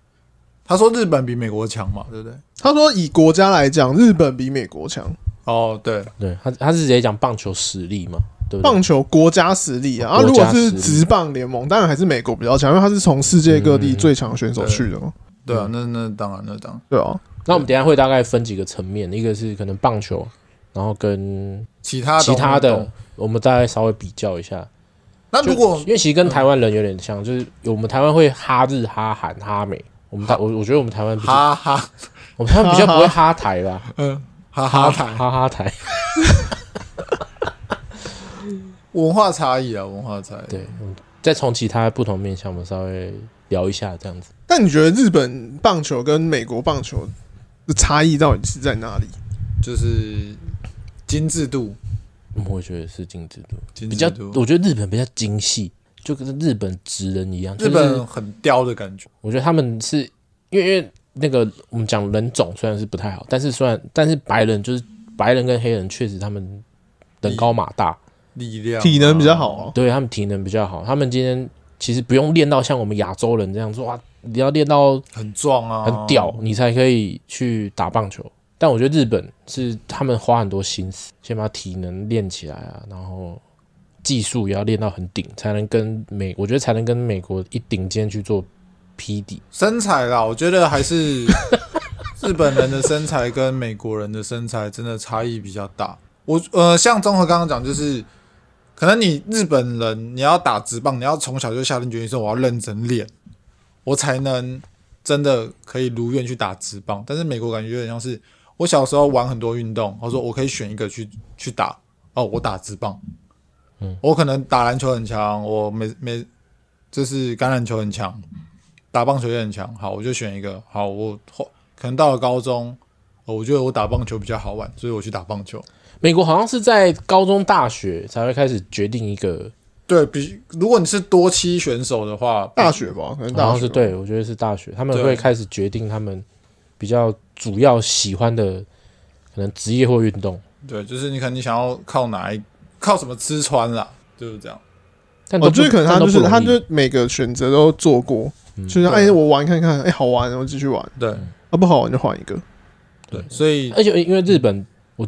S2: 他说日本比美国强嘛，对不对？
S1: 他说以国家来讲，日本比美国强，
S2: 哦，对，
S3: 对他他是直接讲棒球实力嘛，对不对？
S1: 棒球国家实力啊。啊
S3: 国
S1: 如
S3: 家
S1: 果
S3: 实力
S1: 是职棒联盟，当然还是美国比较强，因为他是从世界各地最强的选手去的嘛，
S2: 嗯对
S3: 嗯
S2: 啊，那那当然，那当然，
S1: 对啊，
S3: 那我们等一下会大概分几个层面，一个是可能棒球，然后跟
S2: 其他
S3: 其他
S2: 我们
S3: 的
S2: 懂，
S3: 我们大概稍微比较一下。
S2: 那
S3: 就
S2: 如果
S3: 因为其实跟台湾人有点像，就是我们台湾会哈日、哈韩、哈美，我们台我我觉得我们台湾比较
S2: 哈哈，
S3: 我们台湾比较不会哈台吧，
S2: 嗯，哈哈台
S3: 哈哈台，
S2: 文化差异啊，文化差异。
S3: 对，嗯再从其他不同面向我们稍微聊一下这样子。
S1: 但你觉得日本棒球跟美国棒球的差异到底是在哪里？
S2: 就是精致度，
S3: 嗯我觉得是精致度
S2: 精
S3: 比
S2: 致
S3: 较，
S2: 度。
S3: 我觉得日本比较精细，就跟日本职人一样。就
S2: 日
S3: 是
S2: 本很刁的感觉，
S3: 我觉得他们是因为因为那个我们讲人种虽然是不太好，但是虽然但是白人就是白人跟黑人确实他们人高马大，
S2: 力量、
S1: 体能比较好
S2: 哦
S1: 啊。
S3: 对他们体能比较好。他们今天其实不用练到像我们亚洲人这样说哇，你要练到
S2: 很壮啊，
S1: 哦
S3: 很屌，你才可以去打棒球。但我觉得日本是他们花很多心思，先把体能练起来啊，然后技术也要练到很顶，才能跟美，我觉得才能跟美国一顶尖去做匹敌。
S2: 身材啦，我觉得还是日本人的身材跟美国人的身材真的差异比较大。我呃，像综合刚刚讲，就是可能你日本人你要打直棒，你要从小就下定决心说我要认真练，我才能真的可以如愿去打直棒。但是美国感觉有点像是我小时候玩很多运动，我说我可以选一个去去打，哦，我打直棒。嗯，我可能打篮球很强，我每每就是橄榄球很强，打棒球也很强，好，我就选一个。好，我后可能到了高中，呃我觉得我打棒球比较好玩，所以我去打棒球。
S3: 美国好像是在高中、大学才会开始决定一个，
S2: 对比，如果你是多期选手的话，
S1: 大学吧，可能
S3: 好
S1: 大
S3: 像
S1: 学
S3: 是
S1: 吧
S3: 对，我觉得是大学，他们
S2: 对
S3: 会开始决定他们比较主要喜欢的可能职业或运动。
S2: 对，就是你可能你想要靠哪一靠什么吃穿啦，就是这样。
S3: 但都
S1: 我
S3: 不
S1: 觉得可能
S3: 但
S1: 他
S3: 都
S1: 就
S3: 不
S1: 是
S3: 容
S1: 他
S3: 易
S1: 就每个选择都做过，就是
S2: 对
S1: 哎我玩看
S3: 啊
S1: 看，哎好玩我继续玩，
S2: 对
S1: 啊不好玩就换一个。
S2: 对，所以
S3: 而且因为日本，我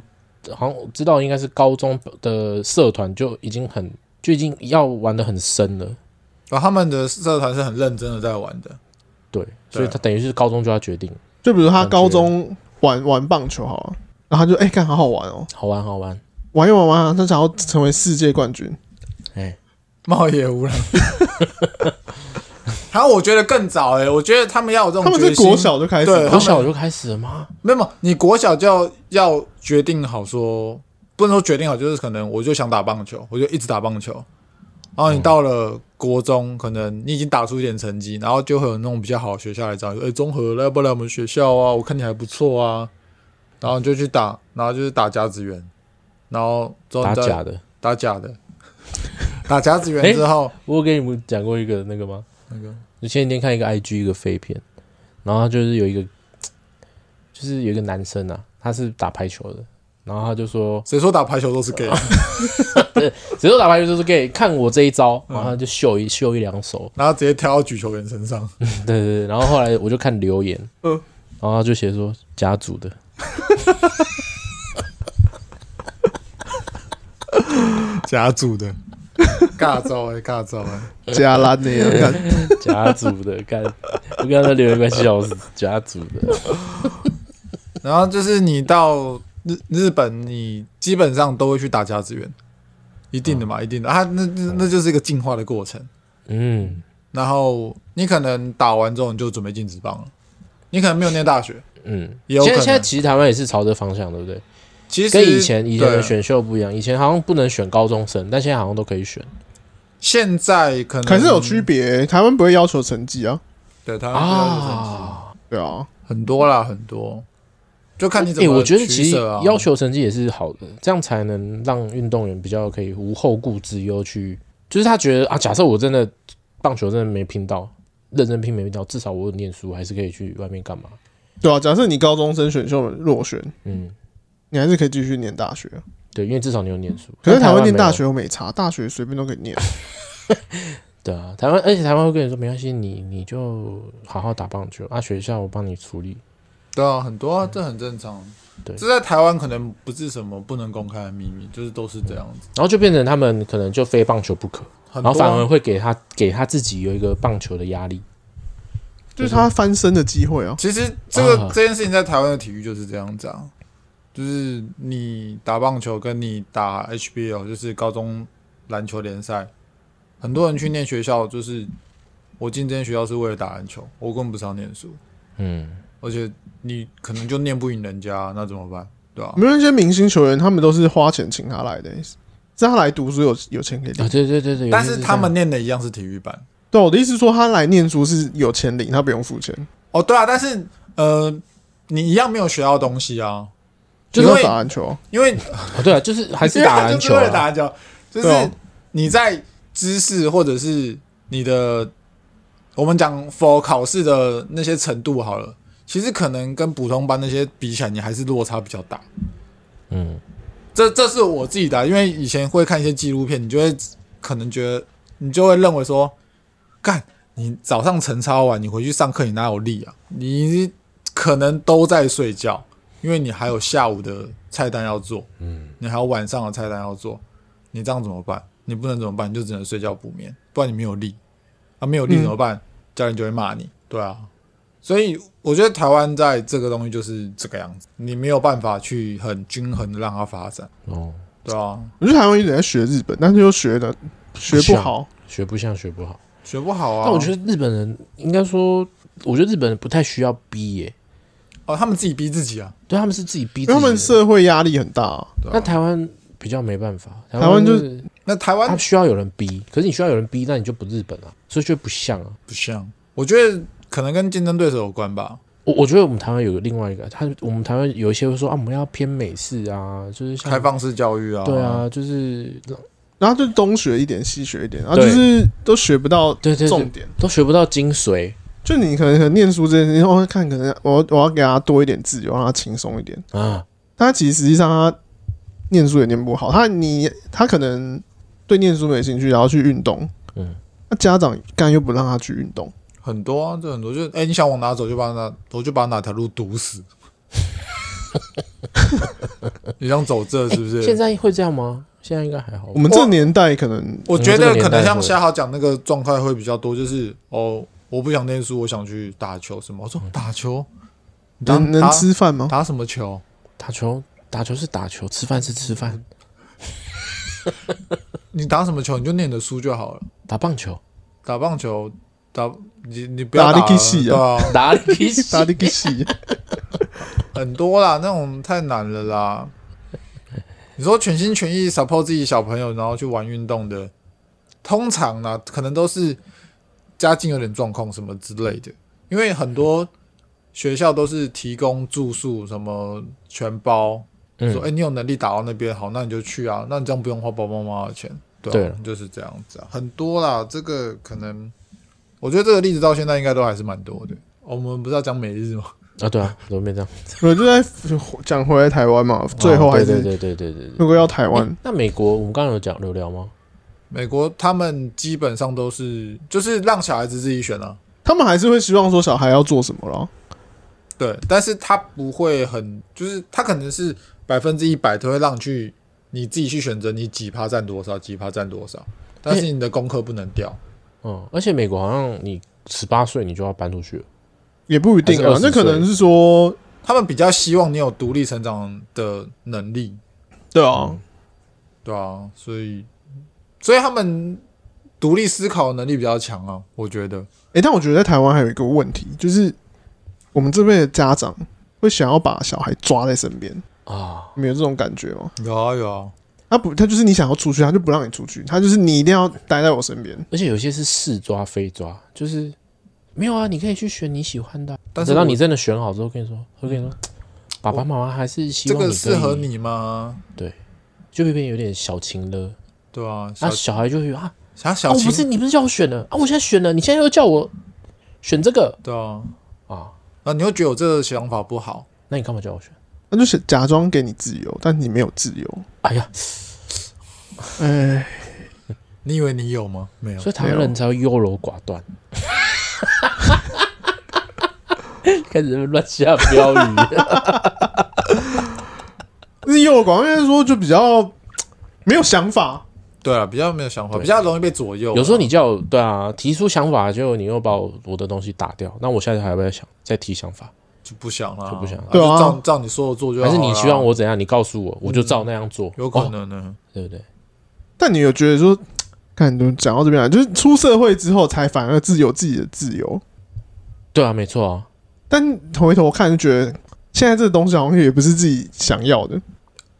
S3: 好像我知道应该是高中的社团就已经很就已经要玩的很深了，
S2: 然后呃他们的社团是很认真的在玩的。
S3: 对，
S2: 啊
S3: 所以他等于是高中就要决定，
S1: 就比如他
S3: 感觉
S1: 高中玩玩棒球好了，然后他就哎看好好玩哦，
S3: 好玩好玩，
S1: 玩一玩玩一玩，他想要成为世界冠军，
S3: 哎、
S2: 茂野无人， 然后我觉得更早哎、我觉得他们要有这种
S1: 他们是
S2: 决心
S1: 国小就开始
S2: 对
S1: 了，
S3: 国小就开始了 吗？
S2: 没有，没有你国小就要要决定好说，不能说决定好，就是可能我就想打棒球，我就一直打棒球。然后你到了国中，可能你已经打出一点成绩，然后就会有那种比较好的学校来找你，哎，综合要不要来我们学校啊？我看你还不错啊，然后你就去打，然后就是打甲子园，然后之后
S3: 打
S2: 你再
S3: 假的，
S2: 打假的，打甲子
S3: 哎
S2: 园之后，
S3: 我有跟你们讲过一个那个吗？
S2: 那个
S3: 我前几天看一个 IG 一个废片，然后就是有一个，就是有一个男生啊，他是打排球的，然后他就说，
S2: 谁说打排球都是 gay，
S3: 谁说打排球就是 gay，看我这一招，
S2: 嗯
S3: 然后他就秀一秀一两手，
S2: 然后直接跳到举球员身上，
S3: 对对对，然后后来我就看留言，
S1: 嗯
S3: 然后他就写说家族的，
S2: 甲组的，尬招哎，尬招哎，
S1: 加烂的呀，干
S3: 家族的干，我跟他留言关系笑死， 家族的，
S2: 然后就是你到日日本，你基本上都会去打家资源，一定的嘛，一定的啊，那那那就是一个进化的过程。
S3: 嗯，
S2: 然后你可能打完之后你就准备进职棒了，你可能没有念大学，
S3: 嗯，
S2: 也有
S3: 现在
S2: 可
S3: 现在
S2: 能。
S3: 其实台湾也是朝这方向，对不对？
S2: 其实
S3: 跟以前以前的
S2: 对
S3: 选秀不一样，以前好像不能选高中生，但现在好像都可以选
S2: 现在可能
S1: 还是有区别、台湾不会要求成绩啊，
S2: 对台湾比较有成绩
S3: 啊。
S1: 对啊，
S2: 很多啦，很多，就看你怎
S3: 欸
S2: 么、
S3: 我觉得其实
S2: 啊、
S3: 要求成绩也是好的，这样才能让运动员比较可以无后顾之忧去，就是他觉得啊，假设我真的棒球真的没拼到，认真拼没拼到，至少我有念书，还是可以去外面干嘛？
S1: 对啊。假设你高中生选秀落选，
S3: 嗯，
S1: 你还是可以继续念大学啊。
S3: 对，因为至少你有念书。
S1: 可是
S3: 但
S1: 台湾
S3: 没
S1: 念大
S3: 有
S1: 学又没差，大学随便都可以念。
S3: 对啊，台湾，而且台湾会跟你说没关系，你你就好好打棒球啊，学校我帮你处理。
S2: 对啊，很多啊，这很正常。
S3: 对
S2: 这在台湾可能不是什么不能公开的秘密，就是都是这样子。
S3: 然后就变成他们可能就非棒球不可，
S2: 很多
S3: 然后反
S2: 啊、
S3: 而会给他给他自己有一个棒球的压力。
S1: 就是他翻身的机会 啊。
S2: 其实这个、
S3: 啊
S2: 这件事情在台湾的体育就是这样子啊，就是你打棒球跟你打 HBL，就是高中篮球联赛，很多人去念学校，就是我进这间学校是为了打篮球，我根本不是要念书，
S3: 嗯，
S2: 而且你可能就念不赢人家，那怎么办？对吧、
S1: 没有那些明星球员，他们都是花钱请他来的、是他来读书有有钱给
S3: 啊，
S1: 领。
S3: 对对对对，有
S2: 但
S3: 些
S2: 是
S3: 这
S2: 他
S3: 样
S2: 们念的一样是体育班。
S1: 对，我的意思是说他来念书是有钱领，他不用付钱。
S2: 哦，对啊，但是呃，你一样没有学到东西啊，
S1: 就
S2: 因
S1: 是
S2: 为
S1: 打篮球啊，
S2: 因为
S3: 啊，对啊，就是还是打篮球、
S2: 因为他就是为了打
S3: 啊，
S2: 篮球，就
S1: 对啊
S2: 是你在知识或者是你的，我们讲 for 考试的那些程度好了，其实可能跟普通班那些比起来，你还是落差比较大。
S3: 嗯，
S2: 这这是我自己的啊、因为以前会看一些纪录片，你就会可能觉得，你就会认为说，干，你早上晨操完，你回去上课，你哪有力啊？你可能都在睡觉，因为你还有下午的菜单要做，嗯，你还有晚上的菜单要做，你这样怎么办？你不能怎么办？你就只能睡觉补眠，不然你没有力，啊，没有力
S1: 嗯
S2: 怎么办？家人就会骂你，对啊，所以我觉得台湾在这个东西就是这个样子，你没有办法去很均衡的让它发展。
S3: 哦，
S2: 对啊，
S1: 我觉得台湾一直在学日本，但是又学的学不好。
S3: 学不像学不好。
S2: 学不好啊。
S3: 但我觉得日本人应该说，我觉得日本人不太需要逼耶、
S2: 哦，他们自己逼自己啊。
S3: 对他们是自己逼
S1: 因
S3: 自
S1: 为
S3: 己
S1: 他
S3: 的，
S1: 们社会压力很大、啊，
S2: 对啊
S3: 那台湾比较没办法，台
S1: 台湾就是
S2: 那台
S1: 啊
S3: 他
S2: 湾
S3: 需要有人逼，可是你需要有人逼，那你就不日本啊，所以就不像啊。
S2: 不像，我觉得可能跟竞争对手有关吧。
S3: 我我觉得我们台湾有个另外一个，他我们台湾有一些会说啊，我们要偏美式啊，就是像
S2: 开，放式教育啊，
S3: 对，啊，就是
S1: 然后就东学一点西学一点，然后就
S3: 对
S1: 是都学不到
S3: 对对
S1: 重
S3: 对，
S1: 点。
S3: 都学不到精髓，
S1: 就你可能可能念书这件事情，我看可能我我要给他多一点自由，让他轻松一点。
S3: 啊，
S1: 但他其实实际上他念书也念不好，他你他可能对念书没兴趣，然后去运动，
S3: 嗯，哦
S1: 那家长干又不让他去运动，
S2: 很多啊，这很多就是，哎、你想往哪走就把哪，我就把哪条路堵死。 你想走这是不是？
S3: 现在会这样吗？现在应该还好吧。
S1: 我们这个年代可能
S2: 我觉得可能
S3: 嗯这个年代会
S2: 像夏豪讲那个状态会比较多，就是哦，我不想念书，我想去打球什么。我说
S3: 嗯
S2: 打球，你打
S1: 能能
S2: 打
S1: 吃饭吗？
S2: 打什么球？
S3: 打球，打球是打球，吃饭是吃饭，
S1: 嗯
S2: 你打什么球你就念你的书就好了。
S3: 打棒球，
S2: 打棒球，打你你不要打
S1: 打力气戏
S2: 了对啊，
S3: 打力气
S1: 打的个戏，
S2: 很多啦，那种太难了啦。你说全心全意 support 自己小朋友，然后去玩运动的，通常呢、可能都是家境有点状况什么之类的，因为很多学校都是提供住宿什么全包，说哎、
S3: 嗯，
S2: 诶你有能力打到那边好，那你就去啊，那你这样不用花爸爸妈妈的钱，对,、啊、
S3: 对了
S2: 就是这样子啊，很多啦，这个可能，我觉得这个例子到现在应该都还是蛮多的。我们不是要讲每日吗？
S3: 啊，对啊，怎么变这样？
S1: 我就在讲回来台湾嘛，最后
S3: 哦
S1: 还
S3: 对
S1: 是
S3: 对对对对对对。
S1: 如果要台湾
S3: 诶，那美国，我们刚刚有讲有聊吗？
S2: 美国他们基本上都是就是让小孩子自己选啊，
S1: 他们还是会希望说小孩要做什么了，
S2: 对，但是他不会很，就是他可能是百分之一百都会让你去你自己去选择你几趴占多少，几趴占多少，但是你的功课不能掉。
S3: 嗯，而且美国好像你十八岁你就要搬出去了，
S1: 也不一定
S3: 还
S1: 啊
S3: 是20，
S1: 那可能是说，
S2: 他们比较希望你有独立成长的能力，
S1: 对啊，
S2: 对啊，所以所以他们独立思考的能力比较强啊，我觉得。
S1: 诶，但我觉得在台湾还有一个问题，就是我们这边的家长会想要把小孩抓在身边，
S3: 啊，
S1: 你们有这种感觉吗？
S2: 有啊有啊，
S1: 他不，他就是你想要出去，他就不让你出去，他就是你一定要待在我身边。
S3: 而且有些是是抓非抓，就是没有啊，你可以去选你喜欢的啊、
S2: 但是
S3: 等到
S2: 我嗯
S3: 你真的选好之后，跟你说，会跟你说，爸爸妈妈还是希
S2: 这
S3: 望
S2: 个
S3: 你
S2: 适合
S3: 可以，
S2: 你吗？
S3: 就会变有点小情了。
S2: 对啊，
S3: 那
S2: 小
S3: 小孩就会啊，
S2: 小
S3: 啊
S2: 小
S3: 我
S2: 情
S3: 不是你不是叫我选的啊，我现在选了，你现在又叫我选这个
S2: 对啊，
S3: 啊，
S2: 啊，你会觉得我这个想法不好，
S3: 那你干嘛叫我选？
S1: 他就是假装给你自由，但你没有自由。
S3: 哎呀，
S1: 哎，
S2: 你以为你有吗？没有
S3: 所以台湾人才会优柔寡断， 开始乱下标语。
S1: 那幼儿广应该说就比较没有想法，
S2: 对啊，比较没有想法，
S3: 对
S2: 比较容易被左右啊。
S3: 有时候你叫我对啊，提出想法，结果你又把我我的东西打掉，那我下次还要不要想再提想法？
S2: 就不想了，
S3: 就不想
S1: 对啊
S2: 就照照你说的做就啊好
S3: 还
S2: 啦嗯
S3: 是你希望我怎样？你告诉我，我就照那样做，
S2: 有可
S3: 哦
S2: 能啊呢？
S3: 对不对？
S1: 但你有觉得说，看都讲到这边来，就是出社会之后才反而自有自己的自由，
S3: 对啊，没错啊，
S1: 但回头看就觉得现在这个东西好像也不是自己想要的。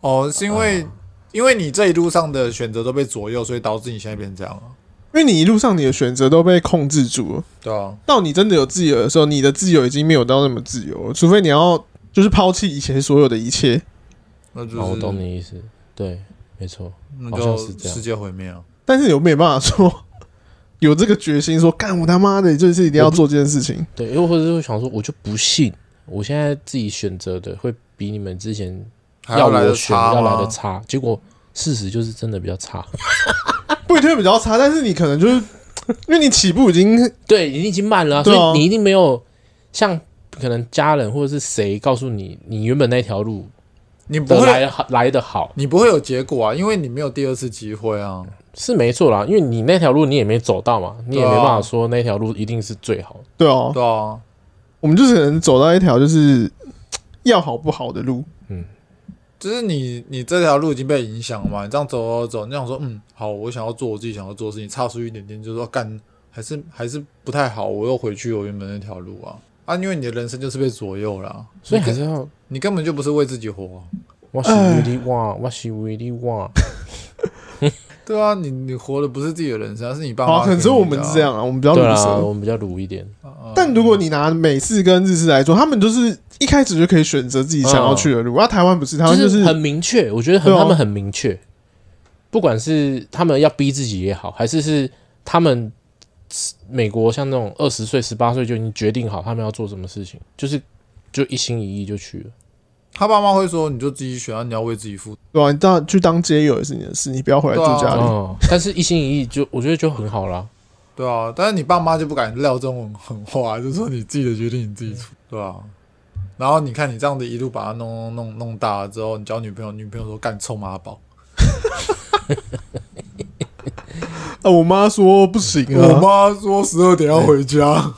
S2: 哦，是因为、因为你这一路上的选择都被左右，所以导致你现在变这样啊。
S1: 因为你一路上你的选择都被控制住了，
S2: 对啊，
S1: 到你真的有自由的时候，你的自由已经没有到那么自由了，除非你要就是抛弃以前所有的一切。
S2: 那就是、
S3: 哦我懂你意思，对，没错，
S2: 那
S3: 好
S2: 就
S3: 像是这样
S2: 世界毁灭啊。
S1: 但是有没有办法说 有这个决心说干我他妈的，就是一定要做这件事情？
S3: 对，又或者是会想说，我就不信，我现在自己选择的会比你们之前
S2: 还要来
S3: 我
S2: 的
S3: 选
S2: 差
S3: 要来的
S2: 吗？
S3: 差，结果事实就是真的比较差。
S1: 不一定会比较差，但是你可能就是因为你起步已经
S3: 对，你已经慢了啊、所
S1: 对啊
S3: 以你一定没有像可能家人或者是谁告诉你，你原本那条路
S2: 你不
S3: 得来
S2: 会，
S3: 得好来的好
S2: 你不会有结果啊，因为你没有第二次机会啊。
S3: 是没错啦，因为你那条路你也没走到嘛，你也
S2: 对
S3: 没
S2: 啊
S3: 办法说那条路一定是最好的。
S1: 对哦、
S2: 对啊，
S1: 我们就是可能走到一条就是要好不好的路，
S2: 就是你你这条路已经被影响了嘛，你这样走走走，你想说嗯好，我想要做我自己想要做的事情，差出一点点，就是说干还是还是不太好，我又回去我原本那条路啊啊，因为你的人生就是被左右了啊，
S3: 所以
S2: 你
S3: 还
S2: 根
S3: 是要
S2: 你根本就不是为自己活啊、
S3: 我是为你旺，我是为你旺。
S2: 对啊，你你活的不是自己的人生，而是你爸
S1: 好、
S2: 妈。
S1: 啊，可能只有我们这，样啊，我们比较
S3: 对啊
S1: 鲁
S3: 啦，
S1: 蛇。
S3: 我们比较鲁一点。
S2: 嗯
S1: 但如果你拿美式跟日式来说，他们就是一开始就可以选择自己想要去的路，那、啊台湾不是，台湾
S3: 嗯就
S1: 就是是
S3: 很明确，我觉得很、
S1: 对啊
S3: 他们很明确，不管是他们要逼自己也好，还是是他们美国像那种二十岁、十八岁就已经决定好他们要做什么事情，就是就一心一意就去了。
S2: 他爸妈会说，你就自己选啊，你要为自己负。
S1: 对吧、你到去当街友也是你的事，你不要回来住
S2: 对
S1: 家
S2: 啊
S1: 里。
S3: 哦，但是一心一意就我觉得就很好啦。
S2: 对啊，但是你爸妈就不敢撂这种狠话，就说你自己的决定你自己出，对啊。然后你看你这样子一路把他弄弄弄弄大了之后，你交女朋友，女朋友说干臭妈 宝，
S1: 啊，我妈说不行
S2: 我
S1: 啊，
S2: 妈说十二点要回 家，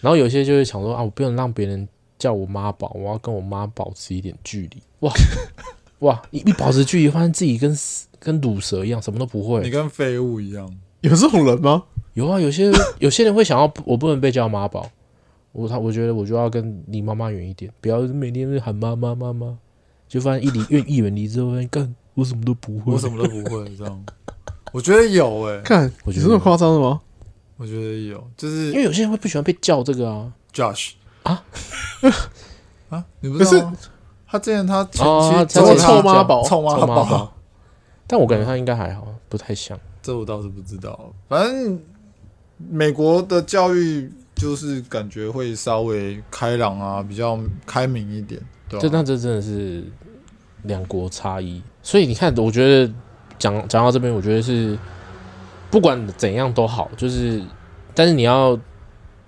S3: 然后有些就会想说啊，我不能让别人叫我妈宝，我要跟我妈保持一点距离。哇 哇，一一保持距离，发现自己跟跟乳蛇一样，什么都不会
S2: 你。跟废物一样。
S1: 有这种人吗？
S3: 有啊，有些有些人会想要不我不能被叫妈宝，我他我觉得我就要跟离妈妈远一点，不要每天喊妈妈妈妈，就发现一离越一远离之后，发现干我什么都不会，
S2: 我什么都不会，这样。我觉得有诶、
S1: 看，
S3: 我
S1: 有
S3: 觉
S1: 这
S3: 得
S1: 么夸张的吗？
S2: 我觉得有，就是
S3: 因为有些人会不喜欢被叫这个啊，
S2: Josh
S3: 啊
S2: 啊，你不知道吗？他之前他前
S3: 哦
S2: 妻
S3: 他
S2: 揍
S3: 前
S2: 他
S3: 妻
S1: 臭妈宝
S2: 臭妈
S3: 臭妈
S2: 宝
S3: 宝，但我感觉他应该还好，不太像。
S2: 这我倒是不知道。反正美国的教育就是感觉会稍微开朗啊，比较开明一点，对啊
S3: 这
S2: 吧、
S3: 那这真的是两国差异。所以你看，我觉得讲讲到这边，我觉得是不管怎样都好，就是但是你要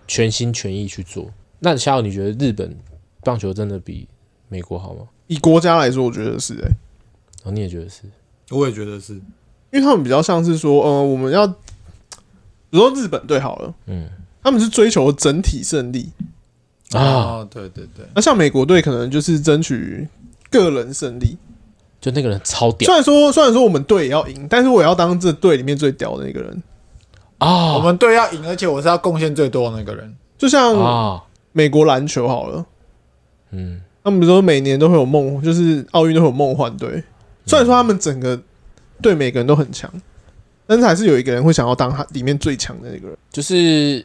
S3: 全心全意去做。那夏奥，你觉得日本棒球真的比美国好吗？
S1: 以国家来说，我觉得是哎、
S3: 哦，你也觉得是？
S2: 我也觉得是，
S1: 因为他们比较像是说，呃，我们要，比如说日本队好了，
S3: 嗯，
S1: 他们是追求整体胜利，
S3: 啊，
S2: 哦，对对对，
S1: 那像美国队可能就是争取个人胜利。
S3: 就那个人超屌
S1: 虽然说，虽然说我们队也要赢，但是我也要当这队里面最屌的那个人。
S3: 啊
S2: 我们队要赢，而且我是要贡献最多的那个人。
S1: 就像
S3: 啊，
S1: 美国篮球好了，
S3: 嗯，
S1: 他们说每年都会有梦，就是奥运都会有梦幻
S3: 嗯
S1: 队。虽然说他们整个队每个人都很强，但是还是有一个人会想要当他里面最强的那个人。
S3: 就是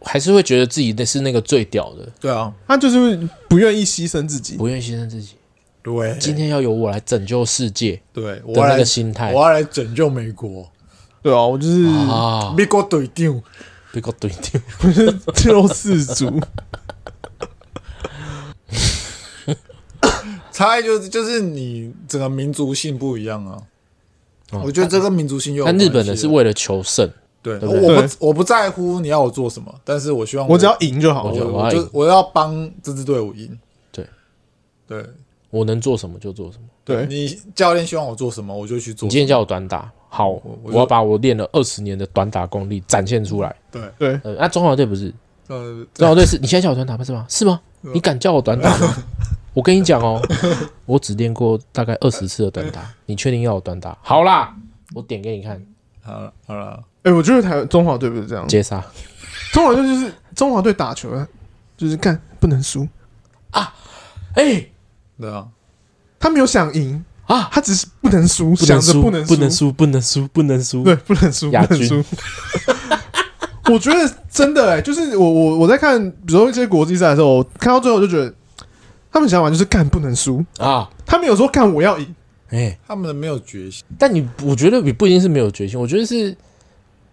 S3: 还是会觉得自己的是那个最屌的，
S2: 对啊，
S1: 他就是不愿意牺牲自己。
S3: 不愿意牺牲自己。
S2: 对，
S3: 今天要由我来拯救世界
S2: 对我
S3: 的
S2: 要
S3: 那
S2: 来
S3: 个，心态
S2: 我要来拯救美国，
S1: 对啊，我就是
S3: 啊，
S2: 美国队长。
S3: 被搞对丢。
S1: 救世 主。
S2: 差异就是就是你整个民族性不一样啊。
S3: 哦
S2: 我觉得这跟民族性又有
S3: 但
S2: 关
S3: 日
S2: 系
S3: 本人是为了求胜，
S2: 对，
S3: 对不对
S2: 我
S1: 对
S2: 不我不在乎你要我做什么，但是我希望
S1: 我只要赢就好
S3: 我
S2: 我
S3: 觉得
S1: 了。
S3: 我要
S2: 我就
S3: 赢
S2: 我要帮这支队伍赢。
S3: 对
S2: 对，
S3: 我能做什么就做什么。
S1: 对，
S2: 你教练希望我做什么，我就去做
S3: 你今。天叫我短打，好，
S2: 我
S3: 我
S2: 我就
S3: 要把我练了二十年的短打功力展现出来。
S2: 对，
S3: 呃，那中华队不是
S2: 呃，
S3: 中华队是你现在叫我短打吗？是吗？是吗？你敢叫我短打吗？我跟你讲哦，我只练过大概二十次的短打，你确定要我短打？好啦，我点给你看，
S2: 好了好了，
S1: 哎、我觉得台中华队不是这样，
S3: 接杀
S1: 中华队就是中华队打球啊，就是干不能输，
S3: 哎
S2: 对啊，
S1: 他没有想赢
S3: 啊，
S1: 他只是不能输，
S3: 不能
S1: 想着
S3: 输，
S1: 不能
S3: 不能，输，不能输，不能输。
S1: 对，不能输，不
S3: 亚
S1: 能
S3: 军
S1: 输。 我觉得真的哎、就是我我我在看，比如说一些国际赛的时候，我看到最后就觉得他们想法就是干不能输，
S3: 啊，
S1: 他们有时候干我要赢，
S3: 哎，
S2: 他们没有决心，
S3: 但你我觉得你不一定是没有决心，我觉得是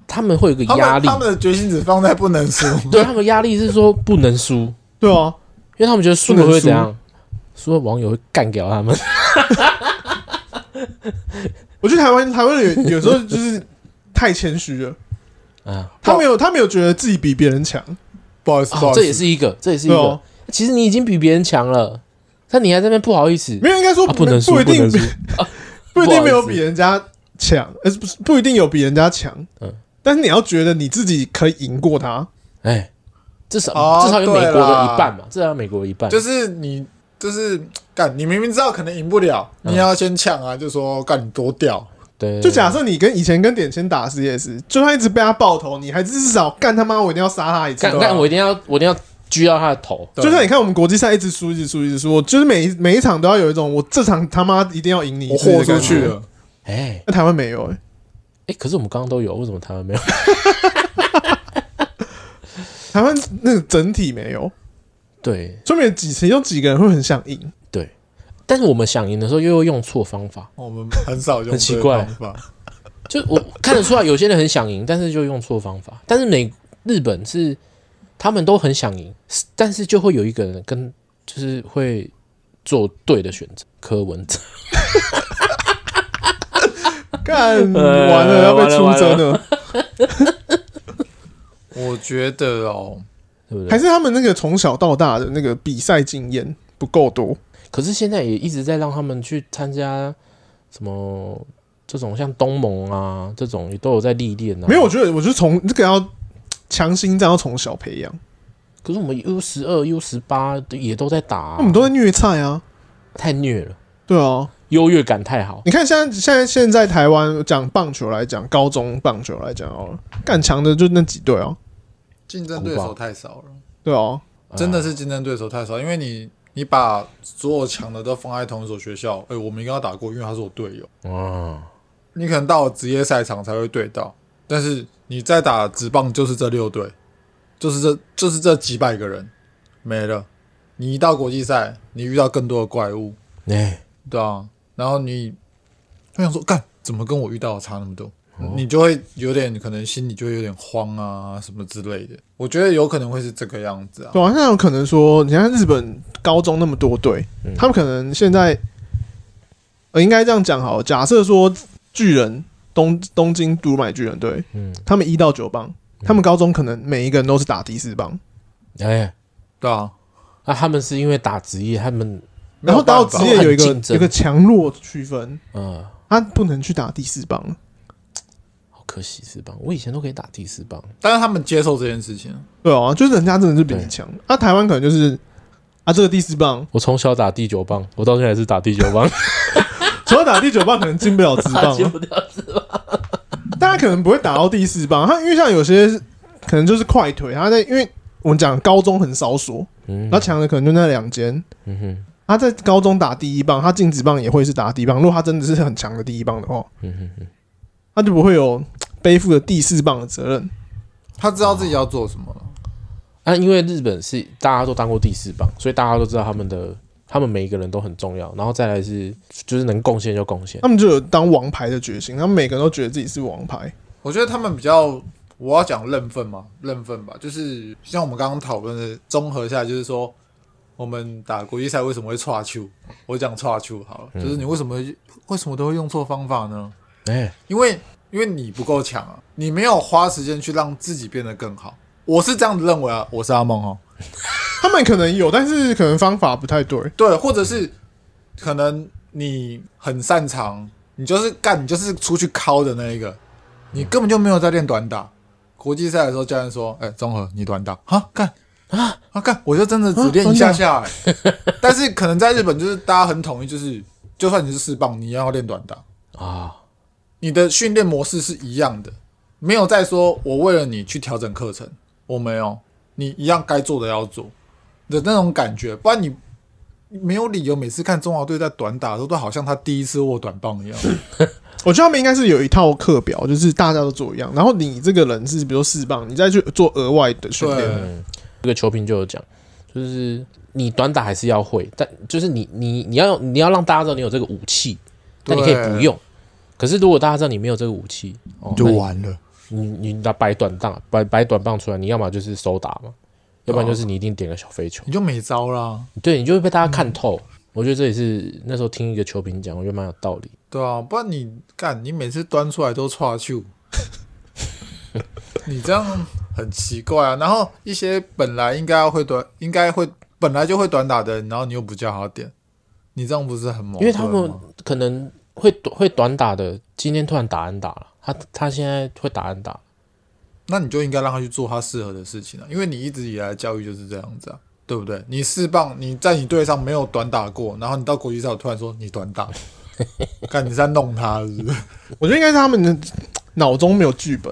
S3: 他们会有一个
S2: 他
S3: 压
S2: 们
S3: 力
S2: 他，们的决心只放在不能输。
S3: 对他们压力是说不能输，
S1: 对啊，
S3: 因为他们觉得输了
S1: 不能
S3: 会
S1: 输
S3: 怎样？输了网友会干掉 他们。
S1: 我觉得台湾台湾人有有时候就是太谦虚了，
S3: 啊，
S1: 他没有他没有觉得自己比别人强，
S2: 不好意思，不好
S3: 啊
S2: 意思，
S3: 这也是一个，这也是一
S1: 对
S3: 个
S1: 哦。
S3: 其实你已经比别人强了，但你还在那边不好意思，
S1: 没有应该说
S3: 啊不能输，
S1: 不一
S3: 不
S1: 定
S3: 能输。
S1: 不一定没有
S3: 不好意
S1: 比
S3: 思
S1: 人家强，呃，不是不一定有比人家强，
S3: 嗯
S1: 但是你要觉得你自己可以赢过他，
S3: 哎，至少
S2: 哦
S1: 啊
S3: 至少有美国
S2: 对
S3: 的
S2: 啦
S3: 一半嘛，至少有美国的一半。
S2: 就是你就是干，你明明知道可能赢不了，
S3: 嗯
S2: 你要先呛啊，就说干你多屌，
S3: 对，
S1: 就假设你跟以前跟点签打 CS，就算一直被他爆头，你还至少干他妈我一定要杀他一次
S3: 干。
S2: 对啊
S3: 干，我一定要我一定要狙到他的头。
S1: 就像你看我们国际赛一直输一直输一直输，我就是每一每一场都要有一种我这场他妈一定要赢你，
S2: 我豁出去。了，
S3: 哎
S1: 那台湾没有哎、
S3: 哎，可是我们刚刚都有，为什么台湾没有？
S1: 台湾那个整体没有，
S3: 对
S1: 说明有几成有几个人会很想赢，
S3: 对，但是我们想赢的时候又会用错方法，
S2: 我们很少用
S3: 很奇
S2: 这个
S3: 怪
S2: 方法。
S3: 就我看得出来，有些人很想赢，但是就用错方法。但是美日本是他们都很想赢，但是就会有一个人跟就是会做对的选择。柯文哲，
S1: 干
S3: 呃
S1: 完了要被
S3: 完了
S1: 出
S3: 完
S1: 征了，
S2: 我觉得哦，
S3: 对不
S1: 还
S3: 对？
S1: 是他们那个从小到大的那个比赛经验不够多。
S3: 可是现在也一直在让他们去参加什么这种像东盟啊这种也都有在历练啊。
S1: 没有，我，觉得我就从这个要强心脏要从小培养，
S3: 可是我们 U 十二、U 十八也都在打啊、
S1: 我们都在虐菜啊，
S3: 太虐了，
S1: 对啊。
S3: 优越感太好。
S1: 你看现在现在现在台湾讲棒球来讲，高中棒球来讲好了，干强的就那几队哦，
S2: 竞争对手太少了，
S1: 对哦、
S2: 真的是竞争对手太少，因为你你把所有强的都放在同一所学校，哎、我们应该要打过，因为他是我队友。
S3: 啊，
S2: 你可能到了职业赛场才会对到，但是你再打职棒就是这六队，就是这就是这几百个人没了。你一到国际赛，你遇到更多的怪物，
S3: 哎、
S2: 对啊，然后你就想说，干怎么跟我遇到的差那么多？
S1: 哦
S2: 你就会有点可能心里就会有点慌啊，什么之类的。我觉得有可能会是这个样子啊。
S1: 对啊，
S3: 哦
S1: 那有可能说，你看日本高中那么多队，
S3: 嗯
S1: 他们可能现在，呃，应该这样讲好了，假设说巨人东东京独买巨人队，
S3: 嗯，
S1: 他们一到九棒，他们高中可能每一个人都是打第四棒，
S3: 哎、
S2: 对啊，
S3: 那、他们是因为打职业，他们
S1: 然后到职业有一
S3: 没有
S1: 个
S3: 办法
S1: 有一个强弱区分，
S3: 呃
S1: 他不能去打第四棒了，
S3: 颗喜事棒，我以前都可以打第四棒，
S2: 但是他们接受这件事情，
S1: 对啊，就是人家真的是比你强。啊，台湾可能就是啊，这个第四棒，
S3: 我从小打第九棒，我到现在还是打第九棒，
S1: 除了打第九棒，可能进不了直棒
S3: 接，不掉
S1: 大家可能不会打到第四棒。啊他因为像有些可能就是快腿，他在因为我们讲高中很少数，
S3: 嗯
S1: 然后强的可能就那两间。
S3: 嗯哼，
S1: 他在高中打第一棒，他进职棒也会是打第一棒。如果他真的是很强的第一棒的话，
S3: 嗯哼嗯
S1: 他就不会有背负了第四棒的责任。
S2: 他知道自己要做什么了。
S3: 啊，因为日本是大家都当过第四棒，所以大家都知道他们的，他们每一个人都很重要。然后再来是，就是能贡献就贡献。
S1: 他们就有当王牌的决心，他们每个人都觉得自己是王牌。
S2: 我觉得他们比较，我要讲认份嘛，认份吧，就是像我们刚刚讨论的，综合下来就是说，我们打国际赛为什么会岔球？我讲岔球好了，就是你为什么会为什么都会用错方法呢？
S3: 哎、
S2: 因为因为你不够强啊，你没有花时间去让自己变得更好。我是这样子认为啊，我是阿梦哦，
S1: 他们可能有，但是可能方法不太对。
S2: 对，或者是可能你很擅长，你就是干，你就是出去敲的那一个，你根本就没有在练短打。国际赛的时候，教练说：“哎、综合你短打啊，干啊啊干！”我就真的只练一下下、哎但是可能在日本，就是大家很统一，就是就算你是四棒，你也要练短打。
S3: 啊，
S2: 你的训练模式是一样的，没有再说我为了你去调整课程，我没有，你一样该做的要做的那种感觉，不然你没有理由每次看中华队在短打的时候，都好像他第一次握短棒一样。
S1: 我觉得他们应该是有一套课表，就是大家都做一样。然后你这个人是比如说四棒，你再去做额外的训练。
S2: 对，
S3: 嗯，这个球评就有讲，就是你短打还是要会，但就是你你你要你要让大家知道你有这个武器，但你可以不用。可是如果大家知道你没有这个武器，哦，那你
S2: 完了。
S3: 你你拿摆短棒摆摆短棒出来，你要么就是手打嘛，要不然就是你一定点个小飞球。
S2: 你就没招啦，
S3: 对你就会被大家看透。我觉得这也是那时候听一个球评讲，我觉得蛮有道理。
S2: 对啊，不然你干，你每次端出来都岔球， 你这样很奇怪啊。然后一些本来应该要会短，应该会本来就会短打的人，然后你又不叫他点，你这样不是很猛？
S3: 因为他们
S2: 啊
S3: 可能会短会短打的，今天突然打安打了，他他现在会打安打，
S2: 那你就应该让他去做他适合的事情啊，因为你一直以来的教育就是这样子啊，对不对？你四棒你在你队上没有短打过，然后你到国际赛我突然说你短 打，看你是在弄他是不是？
S1: 我觉得应该是他们的脑中没有剧本。